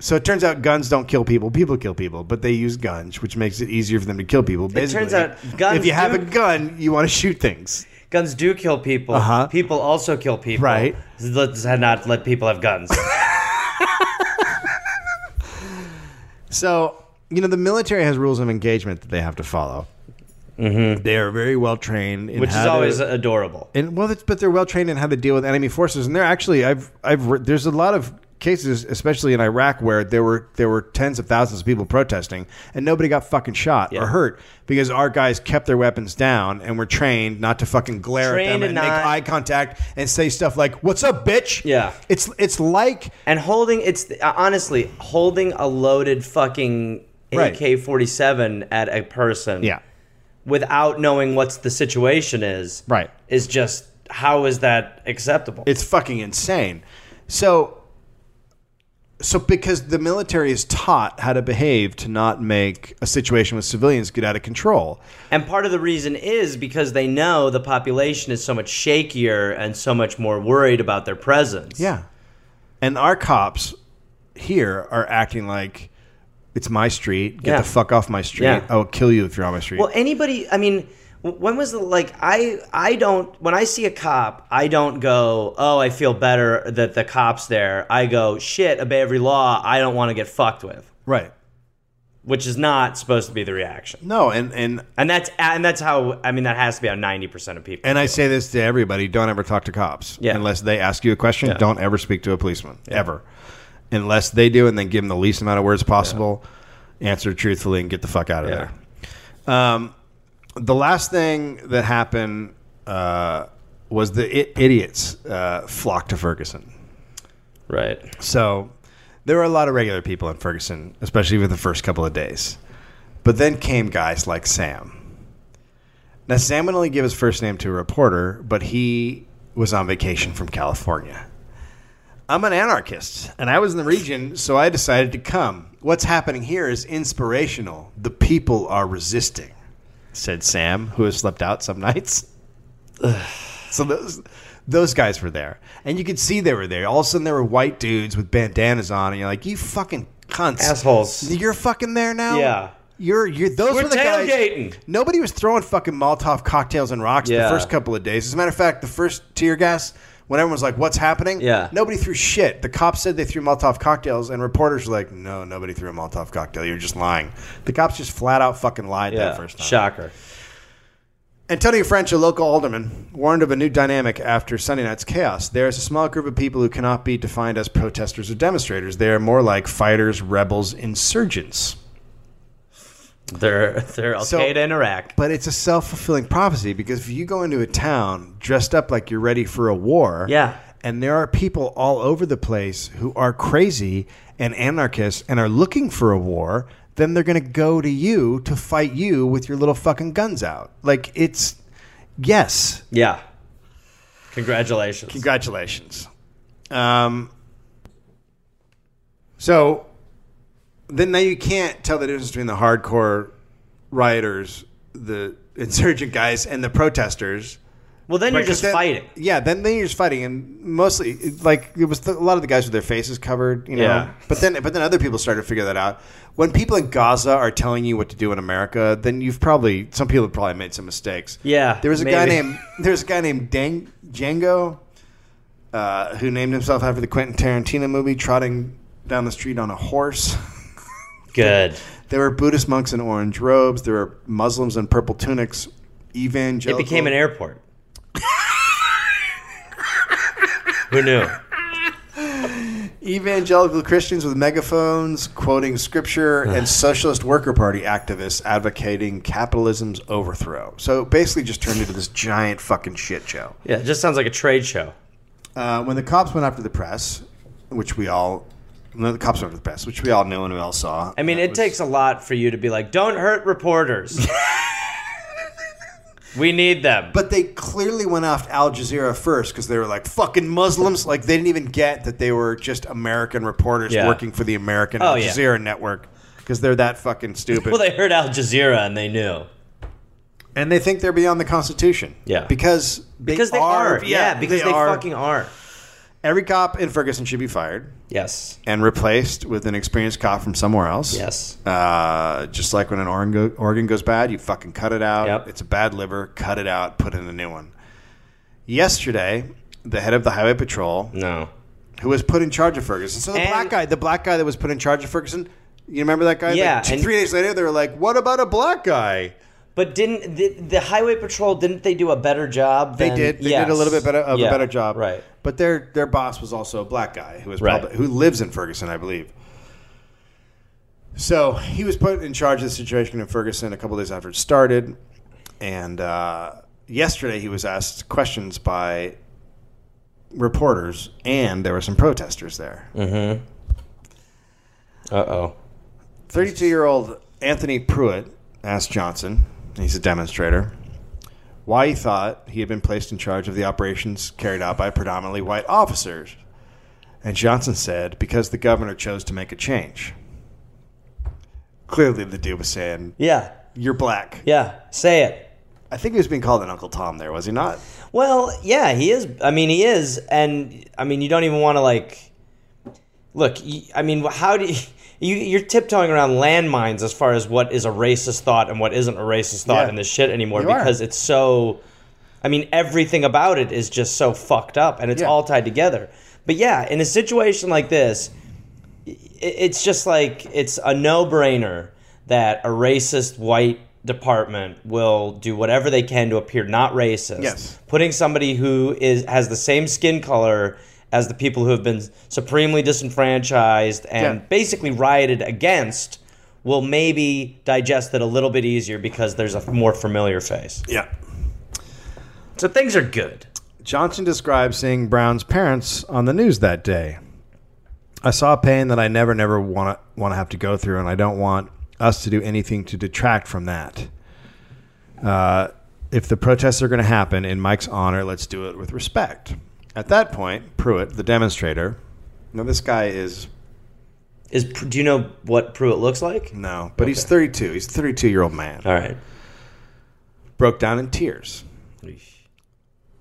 S1: So it turns out guns don't kill people; people kill people, but they use guns, which makes it easier for them to kill people. Basically,
S2: turns out guns
S1: if you have a
S2: do-
S1: gun, you want to shoot things.
S2: Guns do kill people.
S1: Uh-huh.
S2: People also kill people.
S1: Right.
S2: Let's not let people have guns.
S1: So, you know, the military has rules of engagement that they have to follow. They are very well trained, in
S2: Mm-hmm. which is
S1: how to-
S2: always adorable.
S1: and well, it's, but they're well trained in how to deal with enemy forces, and they're actually I've I've re- there's a lot of cases, especially in Iraq, where there were there were tens of thousands of people protesting, and nobody got fucking shot
S2: Yeah.
S1: or hurt because our guys kept their weapons down and were trained not to fucking glare
S2: Trained
S1: at them
S2: to
S1: and
S2: not-
S1: make eye contact and say stuff like "What's up, bitch?"
S2: Yeah.
S1: it's it's like
S2: And holding it's uh, honestly holding a loaded fucking
S1: Right.
S2: AK-47 at a person
S1: yeah,
S2: without knowing what's the situation is
S1: Right.
S2: is just how is that acceptable?
S1: it's fucking insane. So. So, because the military is taught how to behave to not make a situation with civilians get out of control,
S2: and part of the reason is because they know the population is so much shakier and so much more worried about their presence.
S1: Yeah. And our cops here are acting like it's my street. Get
S2: Yeah.
S1: the fuck off my street.
S2: Yeah.
S1: I will kill you if you're on my street.
S2: Well, anybody. I mean, w- when was the like? I I don't. When I see a cop, I don't go, "Oh, I feel better that the cop's there." I go, "Shit, obey every law. I don't want to get fucked with,"
S1: right.
S2: which is not supposed to be the reaction.
S1: No, and and
S2: And that's and that's how. I mean, that has to be how ninety percent of people.
S1: and I say this to everybody, don't ever talk to cops.
S2: Yeah.
S1: Unless they ask you a question, don't ever speak to a policeman. Ever. Unless they do and then give them the least amount of words possible, answer truthfully and get the fuck out of there. Um, the last thing that happened uh, was the I- idiots uh, flocked to Ferguson.
S2: Right.
S1: So there were a lot of regular people in Ferguson, especially for the first couple of days. But then came guys like Sam. Now, Sam would only give his first name to a reporter, but he was on vacation from California. I'm an anarchist, and I was in the region, so I decided to come. What's happening here is inspirational. The people are resisting, said Sam, who has slept out some nights. So those those guys were there, and you could see they were there. All of a sudden, there were white dudes with bandanas on, and you're like, "You fucking cunts,
S2: Assholes.
S1: You're fucking there now.
S2: Yeah.
S1: you're you're those
S2: We're
S1: were the
S2: tailgating.
S1: guys. Nobody was throwing fucking Molotov cocktails and rocks the
S2: Yeah.
S1: first couple of days. As a matter of fact, the first tear gas. When everyone was like, "What's happening?"
S2: Yeah.
S1: nobody threw shit. The cops said they threw Molotov cocktails, and reporters were like, "No, nobody threw a Molotov cocktail. You're just lying." The cops just flat out fucking lied
S2: Yeah.
S1: that first time.
S2: Shocker. They're they're Al
S1: So-
S2: Qaeda in Iraq.
S1: But it's a self fulfilling prophecy because if you go into a town dressed up like you're ready for a war,
S2: Yeah.
S1: and there are people all over the place who are crazy and anarchists and are looking for a war, then they're going to go to you to fight you with your little fucking guns out. Like it's yes.
S2: Yeah. Congratulations.
S1: Congratulations. Um, so then now you can't tell the difference between the hardcore rioters, the insurgent guys, and the protesters.
S2: well, then you're
S1: Because
S2: just
S1: then-
S2: fighting.
S1: Yeah, then then you're just fighting, and mostly it- like it was the, a lot of the guys with their faces covered, you know.
S2: Yeah.
S1: But then but then other people started to figure that out. When people in Gaza are telling you what to do in America, then you've probably some people have probably made some mistakes.
S2: Yeah,
S1: there was a guy
S2: maybe.
S1: named there was a guy named Dang, Django, uh, who named himself after the Quentin Tarantino movie, trotting down the street on a horse.
S2: Good.
S1: There were Buddhist monks in orange robes. There were Muslims in purple tunics.
S2: It
S1: Evangelical.
S2: became an airport. Who knew?
S1: Evangelical Christians with megaphones quoting scripture and socialist worker party activists advocating capitalism's overthrow. So it basically just turned into this giant fucking shit show.
S2: Yeah, it just sounds like a trade show.
S1: uh, when the cops went after the press, which we all, no, the cops went after the press, which we all knew and we all saw.
S2: I mean, it takes a lot for you to be like, don't hurt reporters. we need them.
S1: But they clearly went after Al Jazeera first because they were like fucking Muslims. Like they didn't even get that they were just American reporters
S2: Yeah.
S1: working for the American
S2: Oh,
S1: Al
S2: yeah.
S1: Jazeera network because they're that fucking stupid.
S2: well, they heard Al Jazeera and they knew.
S1: and they think they're beyond the Constitution.
S2: Yeah.
S1: because they
S2: Because they are.
S1: are.
S2: Yeah, because they,
S1: are.
S2: fucking are.
S1: every cop in Ferguson should be fired
S2: Yes.
S1: and replaced with an experienced cop from somewhere else.
S2: Yes.
S1: Uh, just like when an organ, go- organ goes bad, you fucking cut it out.
S2: Yep.
S1: It's a bad liver. Cut it out. Put in a new one. Yesterday, the head of the highway patrol,
S2: No.
S1: who was put in charge of Ferguson, so the
S2: And-
S1: black guy, the black guy that was put in charge of Ferguson, you remember that guy?
S2: Yeah,
S1: Like, two-
S2: and-
S1: three days later, they were like, "What about a black guy?"
S2: But didn't the, the highway patrol? Didn't they do a better job?
S1: They
S2: than-
S1: did. They
S2: Yes.
S1: did a little bit better of
S2: Yeah,
S1: a better job,
S2: Right.
S1: But their their boss was also a black guy who was
S2: Right.
S1: probably, who lives in Ferguson, I believe. So he was put in charge of the situation in Ferguson a couple days after it started, and uh, yesterday he was asked questions by reporters, and there were some protesters there.
S2: Uh oh.
S1: 32 year old Anthony Pruitt asked Johnson, and he's a demonstrator, why he thought he had been placed in charge of the operations carried out by predominantly white officers. And Johnson said, because the governor chose to make a change. Clearly, the dude was saying,
S2: Yeah.
S1: You're black.
S2: Yeah. Say it.
S1: I think he was being called an Uncle Tom there, was he not?
S2: Well, yeah, he is. I mean, he is, and I mean, you don't even want to like look. y- I mean, how do you? you you're tiptoeing around landmines as far as what is a racist thought and what isn't a racist thought
S1: Yeah.
S2: in this shit anymore
S1: You are.
S2: because it's so. I mean, everything about it is just so fucked up, and it's
S1: Yeah.
S2: all tied together. But yeah, in a situation like this, it- it's just like it's a no-brainer that a racist white department will do whatever they can to appear not racist.
S1: Yes.
S2: Putting somebody who is has the same skin color as the people who have been supremely disenfranchised and
S1: Yeah.
S2: basically rioted against will maybe digest it a little bit easier because there's a more familiar face.
S1: Yeah.
S2: So things are good.
S1: Johnson described seeing Brown's parents on the news that day. I saw a pain that I never, never want to want to have to go through, and I don't want us to do anything to detract from that. Uh, if the protests are going to happen in Mike's honor, let's do it with respect. At that point, Pruitt, the demonstrator, now this guy is
S2: Is do you know what Pruitt looks like?
S1: no, but he's 32. He's a 32 year old man.
S2: All right.
S1: Broke down in tears.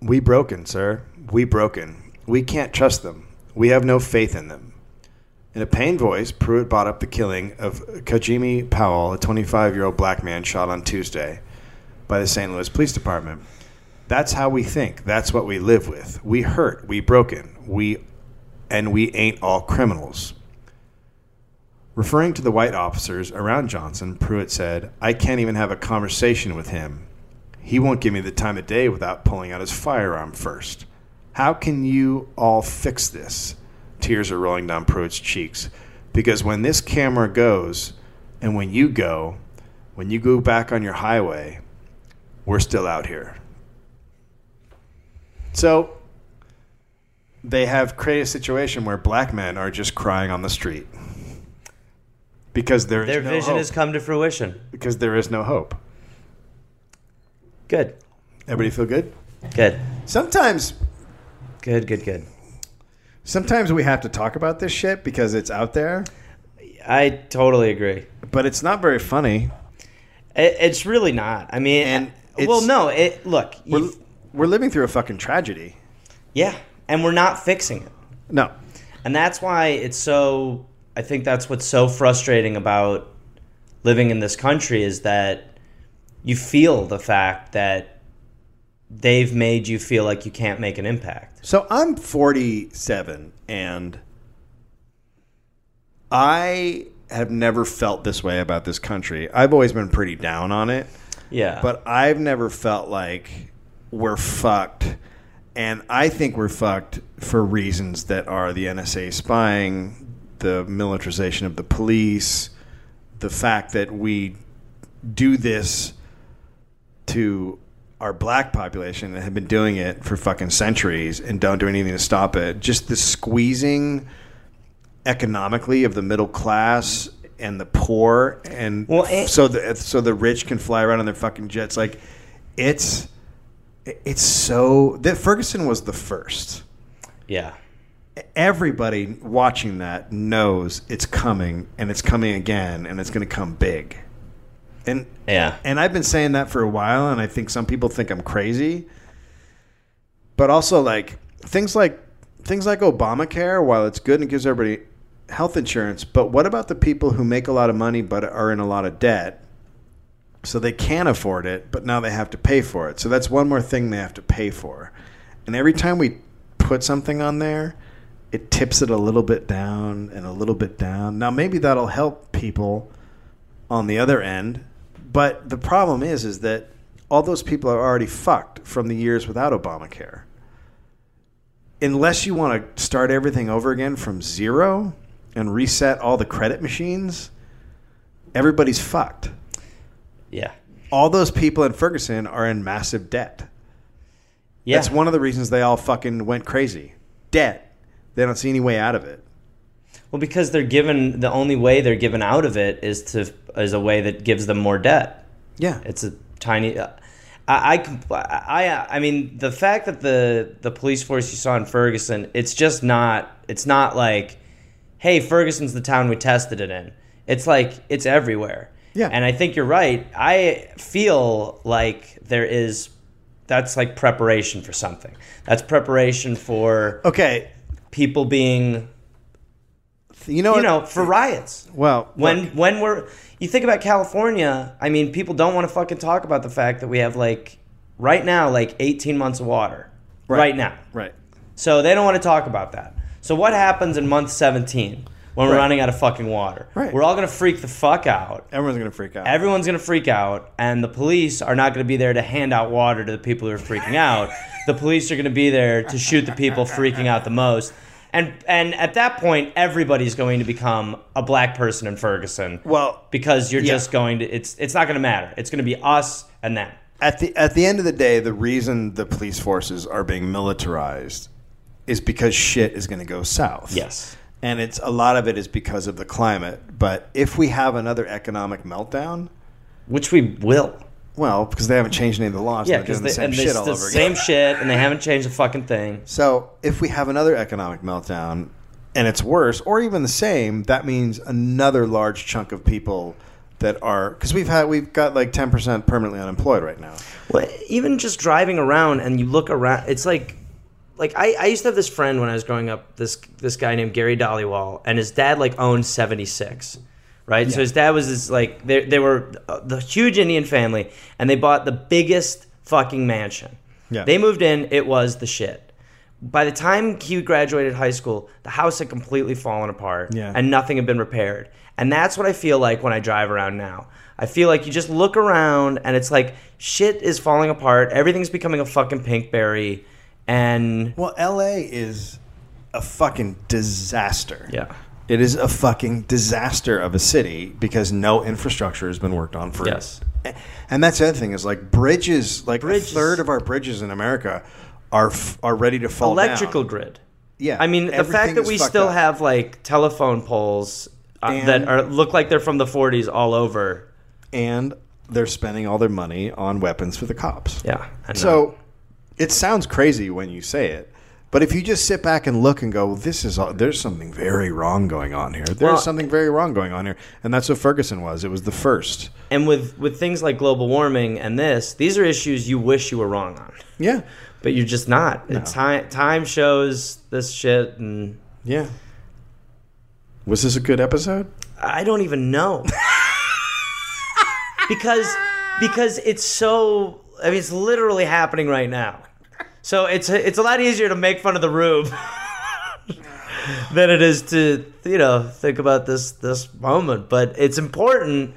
S1: We broken, sir. We broken. We can't trust them. We have no faith in them. In a pained voice, Pruitt brought up the killing of Kajimi Powell, a 25 year old black man shot on Tuesday by the St. Louis Police Department. That's how we think. That's what we live with. We hurt. We broken. We and we ain't all criminals. Referring to the white officers around Johnson, Pruitt said, I can't even have a conversation with him. He won't give me the time of day without pulling out his firearm first. How can you all fix this? Tears are rolling down Pruitt's cheeks. Because when this camera goes, and when you go, when you go back on your highway, we're still out here. So they have created a situation where black men are just crying on the street because there is
S2: Their
S1: no
S2: vision
S1: hope.
S2: has come to fruition.
S1: because there is no hope.
S2: Good.
S1: Everybody feel good?
S2: Good.
S1: Sometimes
S2: Good, good, good.
S1: sometimes we have to talk about this shit because it's out there,
S2: I totally agree.
S1: but it's not very funny.
S2: It, it's really not. I mean,
S1: And
S2: well,
S1: it's-
S2: no. It look,
S1: We're,
S2: you
S1: we're living through a fucking tragedy.
S2: yeah, and we're not fixing it,
S1: No.
S2: and that's why it's so. I think that's what's so frustrating about living in this country is that you feel the fact that they've made you feel like you can't make an impact.
S1: So I'm 47 and I have never felt this way about this country. I've always been pretty down on it.
S2: Yeah,
S1: but I've never felt like we're fucked. And I think we're fucked for reasons that are the NSA spying, the militarization of the police, the fact that we do this to our black population that have been doing it for fucking centuries and don't do anything to stop it. Just the squeezing economically of the middle class and the poor, and
S2: Well, it-
S1: so the so the rich can fly around on their fucking jets. Like it's it's so that Ferguson was the first.
S2: Yeah.
S1: Everybody watching that knows it's coming and it's coming again and it's going to come big. And
S2: Yeah.
S1: and I've been saying that for a while, and I think some people think I'm crazy. But also, like things like things like Obamacare, while it's good and gives everybody health insurance, but what about the people who make a lot of money but are in a lot of debt, so they can afford it, but now they have to pay for it. So that's one more thing they have to pay for. And every time we put something on there, it tips it a little bit down and a little bit down. Now maybe that'll help people on the other end. But the problem is, is that all those people are already fucked from the years without Obamacare. Unless you want to start everything over again from zero and reset all the credit machines, everybody's fucked.
S2: Yeah.
S1: All those people in Ferguson are in massive debt.
S2: Yeah.
S1: That's one of the reasons they all fucking went crazy. Debt. They don't see any way out of it.
S2: Well, because they're given the only way they're given out of it is to is a way that gives them more debt.
S1: Yeah.
S2: It's a tiny. I, I compl- I I mean the fact that the the police force you saw in Ferguson, it's just not. It's not like, hey, Ferguson's the town we tested it in. It's like it's everywhere.
S1: Yeah.
S2: And I think you're right. I feel like there is. That's like preparation for something. That's preparation for
S1: okay.
S2: people being,
S1: You know, what?
S2: you know, for riots.
S1: well,
S2: When when we're you think about California, I mean, people don't want to fucking talk about the fact that we have like right now like 18 months of water right, now.
S1: right.
S2: So they don't want to talk about that. So what happens in month 17 when we're running out of fucking water?
S1: Right.
S2: We're all gonna freak the fuck out.
S1: Everyone's going to freak out.
S2: Everyone's gonna freak out, and the police are not gonna be there to hand out water to the people who are freaking out. the police are gonna be there to shoot the people freaking out the most. And and at that point, everybody's going to become a black person in Ferguson
S1: well,
S2: because you're just going to it's it's not going to matter. It's going to be us and them.
S1: at the at the end of the day, the reason the police forces are being militarized is because shit is going to go south.
S2: Yes.
S1: and it's a lot of it is because of the climate. But if we have another economic meltdown,
S2: Which we will.
S1: well, because they haven't changed any of the laws,
S2: Yeah,
S1: they're doing
S2: because
S1: the
S2: they,
S1: same
S2: and they,
S1: shit
S2: it's
S1: all
S2: the
S1: over again.
S2: same shit, and they haven't changed a fucking thing.
S1: So if we have another economic meltdown and it's worse, or even the same, that means another large chunk of people that are because we've had we've got like ten percent permanently unemployed right now.
S2: Well, even just driving around and you look around, it's like, like I, I used to have this friend when I was growing up. This this guy named Gary Dollywall, and his dad like owned seventy six, right? So his dad was this like they they were uh, the huge Indian family, and they bought the biggest fucking mansion.
S1: Yeah.
S2: They moved in. It was the shit. By the time he graduated high school, the house had completely fallen apart
S1: Yeah.
S2: and nothing had been repaired. And that's what I feel like when I drive around now. I feel like you just look around and it's like shit is falling apart. Everything's becoming a fucking pinkberry. And
S1: Well, LA is a fucking disaster.
S2: yeah.
S1: It is a fucking disaster of a city because no infrastructure has been worked on for
S2: Yes.
S1: A- And that's the other thing is like bridges, like
S2: Bridges.
S1: a third of our bridges in America are f- are ready to fall down.
S2: Electrical grid.
S1: Yeah.
S2: I mean, the
S1: Everything
S2: fact that
S1: is
S2: we
S1: fucked
S2: still
S1: up.
S2: have like telephone poles uh,
S1: And-
S2: that are look like they're from the 40s all over.
S1: and they're spending all their money on weapons for the cops.
S2: Yeah. I know.
S1: So it sounds crazy when you say it, but if you just sit back and look and go, well, "This is all, there's something very wrong going on here. There's
S2: Well-
S1: something very wrong going on here," and that's what Ferguson was. It was the first.
S2: and with with things like global warming and this, these are issues you wish you were wrong on.
S1: Yeah,
S2: But you're just not. Time time shows this shit, and
S1: yeah. Was this a good episode?
S2: I don't even know because because it's so. I mean, it's literally happening right now. So it's it's a lot easier to make fun of the room than it is to you know think about this this moment. But it's important,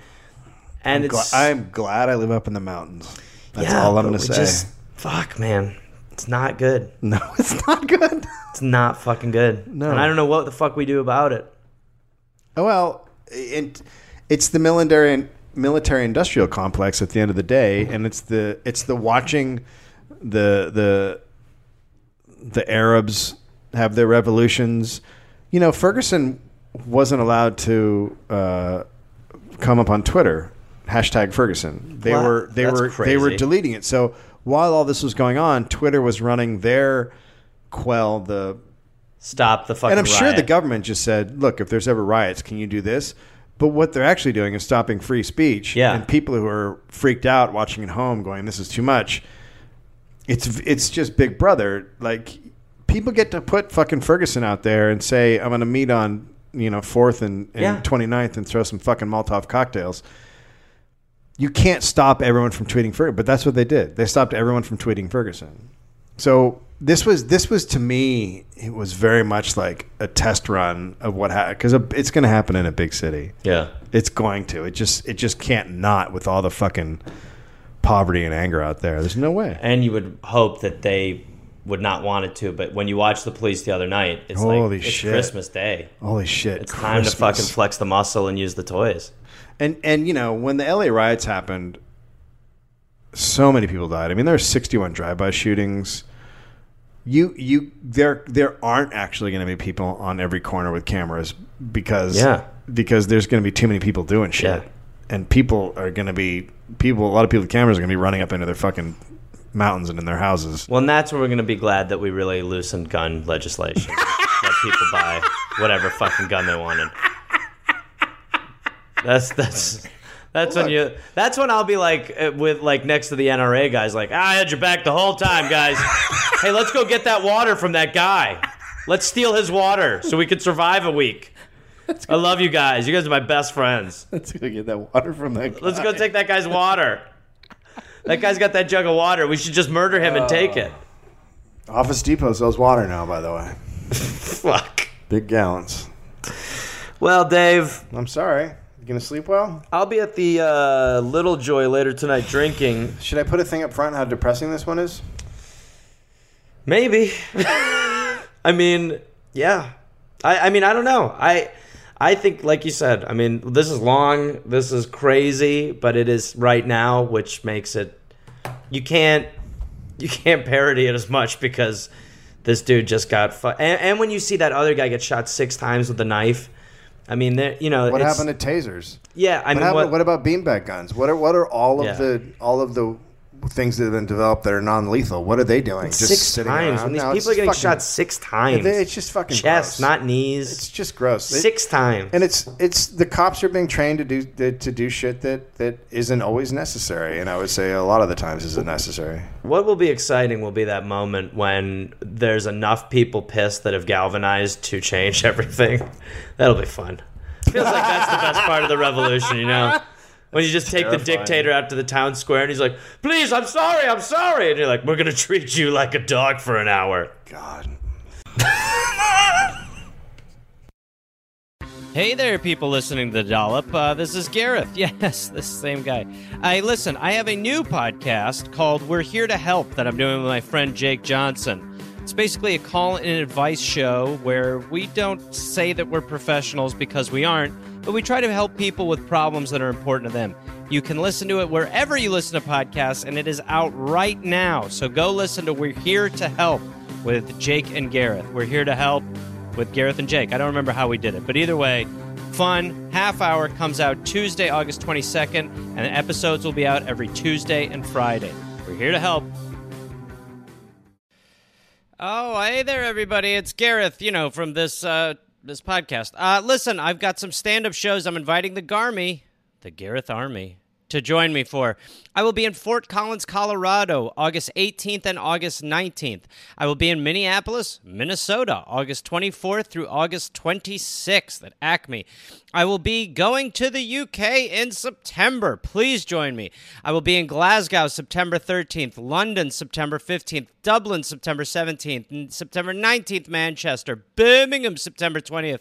S2: and
S1: Gla-
S2: it's
S1: I'm glad I live up in the mountains. That's
S2: yeah,
S1: all I'm
S2: but
S1: gonna
S2: we
S1: say.
S2: Just, fuck, man, it's not good.
S1: No, it's not good.
S2: It's not fucking good. No, and I don't know
S1: Oh,
S2: what the fuck we do about it.
S1: Well, it, it's the military military industrial complex at the end of the day, and it's the it's the watching the the the Arabs have their revolutions. You know, Ferguson wasn't allowed to uh, come up on Twitter hashtag Ferguson. They
S2: Wow,
S1: were they
S2: that's
S1: were they were
S2: crazy.
S1: deleting it. So while all this was going on, Twitter was running their quell the
S2: Stop the
S1: and
S2: fucking.
S1: I'm sure the
S2: riot.
S1: government just said, look, if there's ever riots, can you do this? But what they're actually doing is stopping free speech.
S2: Yeah.
S1: And people who are freaked out watching at home going, this is too much. It's it's just Big Brother. Like people get to put fucking Ferguson out there and say, I'm going to meet on, you know, 4th and, and
S2: Yeah.
S1: 29th and throw some fucking Molotov cocktails. You can't stop everyone from tweeting Ferguson, but that's what they did. They stopped everyone from tweeting Ferguson. So this was this was to me it was very much like a test run of what happened because it's going to happen in a big city.
S2: Yeah.
S1: It's going to. It just it just can't not with all the fucking poverty and anger out there. There's no way.
S2: And you would hope that they would not want it to, but when you watch the police the other night, it's
S1: Holy
S2: like it's
S1: shit.
S2: Christmas Day.
S1: Holy shit!
S2: It's time to
S1: Christmas.
S2: fucking flex the muscle and use the toys.
S1: And and you know when the LA riots happened, so many people died. I mean, there were 61 drive-by shootings. You you there there aren't actually going to be people on every corner with cameras because
S2: Yeah.
S1: because there's going to be too many people doing shit,
S2: Yeah.
S1: and people are going to be people. A lot of people with cameras are going to be running up into their fucking mountains and in their houses.
S2: Well, and that's where we're going to be glad that we really loosened gun legislation. Let people buy whatever fucking gun they wanted. That's that's that's when you that's when I'll be like uh, with like next to the NRA guys like "Ah, I had your back the whole time guys. hey, let's go get that water from that guy. Let's steal his water so we can survive a week. I love you guys. You guys are my best friends.
S1: Let's go get that water from that.
S2: Let's go take that guy's water. That guy's got that jug of water. We should just murder him and
S1: Oh.
S2: take it.
S1: Office Depot sells water now, by the way,
S2: Fuck.
S1: big gallons.
S2: Well, Dave,
S1: I'm sorry. You gonna sleep well?
S2: I'll be at the uh, Little Joy later tonight drinking.
S1: Should I put a thing up front how depressing this one is?
S2: Maybe. I mean, yeah. I, I mean, I don't know. I I think, like you said, I mean, this is long. This is crazy, but it is right now, which makes it you can't you can't parody it as much because this dude just got fu- and, and when you see that other guy get shot six times with a knife, I mean, there you know
S1: What
S2: it's-
S1: happened to tasers?
S2: Yeah,
S1: What,
S2: I mean,
S1: happened,
S2: what,
S1: what, about beanbag guns? What are what are all of
S2: Yeah.
S1: the all of the things that have been developed that are non lethal? What are they doing?
S2: six
S1: sitting
S2: times
S1: around?
S2: when these
S1: No, it's
S2: people are getting
S1: fucking-
S2: shot six times.
S1: They- It's just fucking
S2: chest,
S1: gross.
S2: not knees.
S1: It's just gross. They-
S2: six times.
S1: and it's it's the cops are being trained to do to do shit that that isn't always necessary, and I would say a lot of the times isn't necessary.
S2: what will be exciting will be that moment when there's enough people pissed that have galvanized to change everything. That'll be fun. Feels like that's the best part of the revolution, you know. When you just take the dictator out to the town square and he's like, "Please, I'm sorry, I'm sorry," and you're like, "We're gonna treat you like a dog for an hour."
S1: God.
S6: Hey there, people listening to the Dollop. Uh, this is Gareth. Yes, this same guy. I listen. I have a new podcast called "We're Here to Help" that I'm doing with my friend Jake Johnson. It's basically a call and advice show where we don't say that we're professionals because we aren't, but we try to help people with problems that are important to them. You can listen to it wherever you listen to podcasts, and it is out right now. So go listen to "We're Here to Help" with Jake and Gareth. We're here to help with Gareth and Jake. I don't remember how we did it, but either way, fun half hour comes out Tuesday, August 22nd, and the episodes will be out every Tuesday and Friday. We're here to help. Oh, hey there, everybody! It's Gareth, you know, from this uh, this podcast. Uh, listen, I've got some stand up shows. I'm inviting the Garmy, the Gareth Army, to join me for. I will be in Fort Collins, Colorado, August 18th and August 19th. I will be in Minneapolis, Minnesota, August 24th through August 26th at Acme. I will be going to the UK in September. Please join me. I will be in Glasgow September 13th, London September 15th, Dublin September 17th, and September 19th, Manchester, Birmingham September 20th,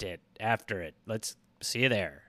S2: it after it. Let's see you there.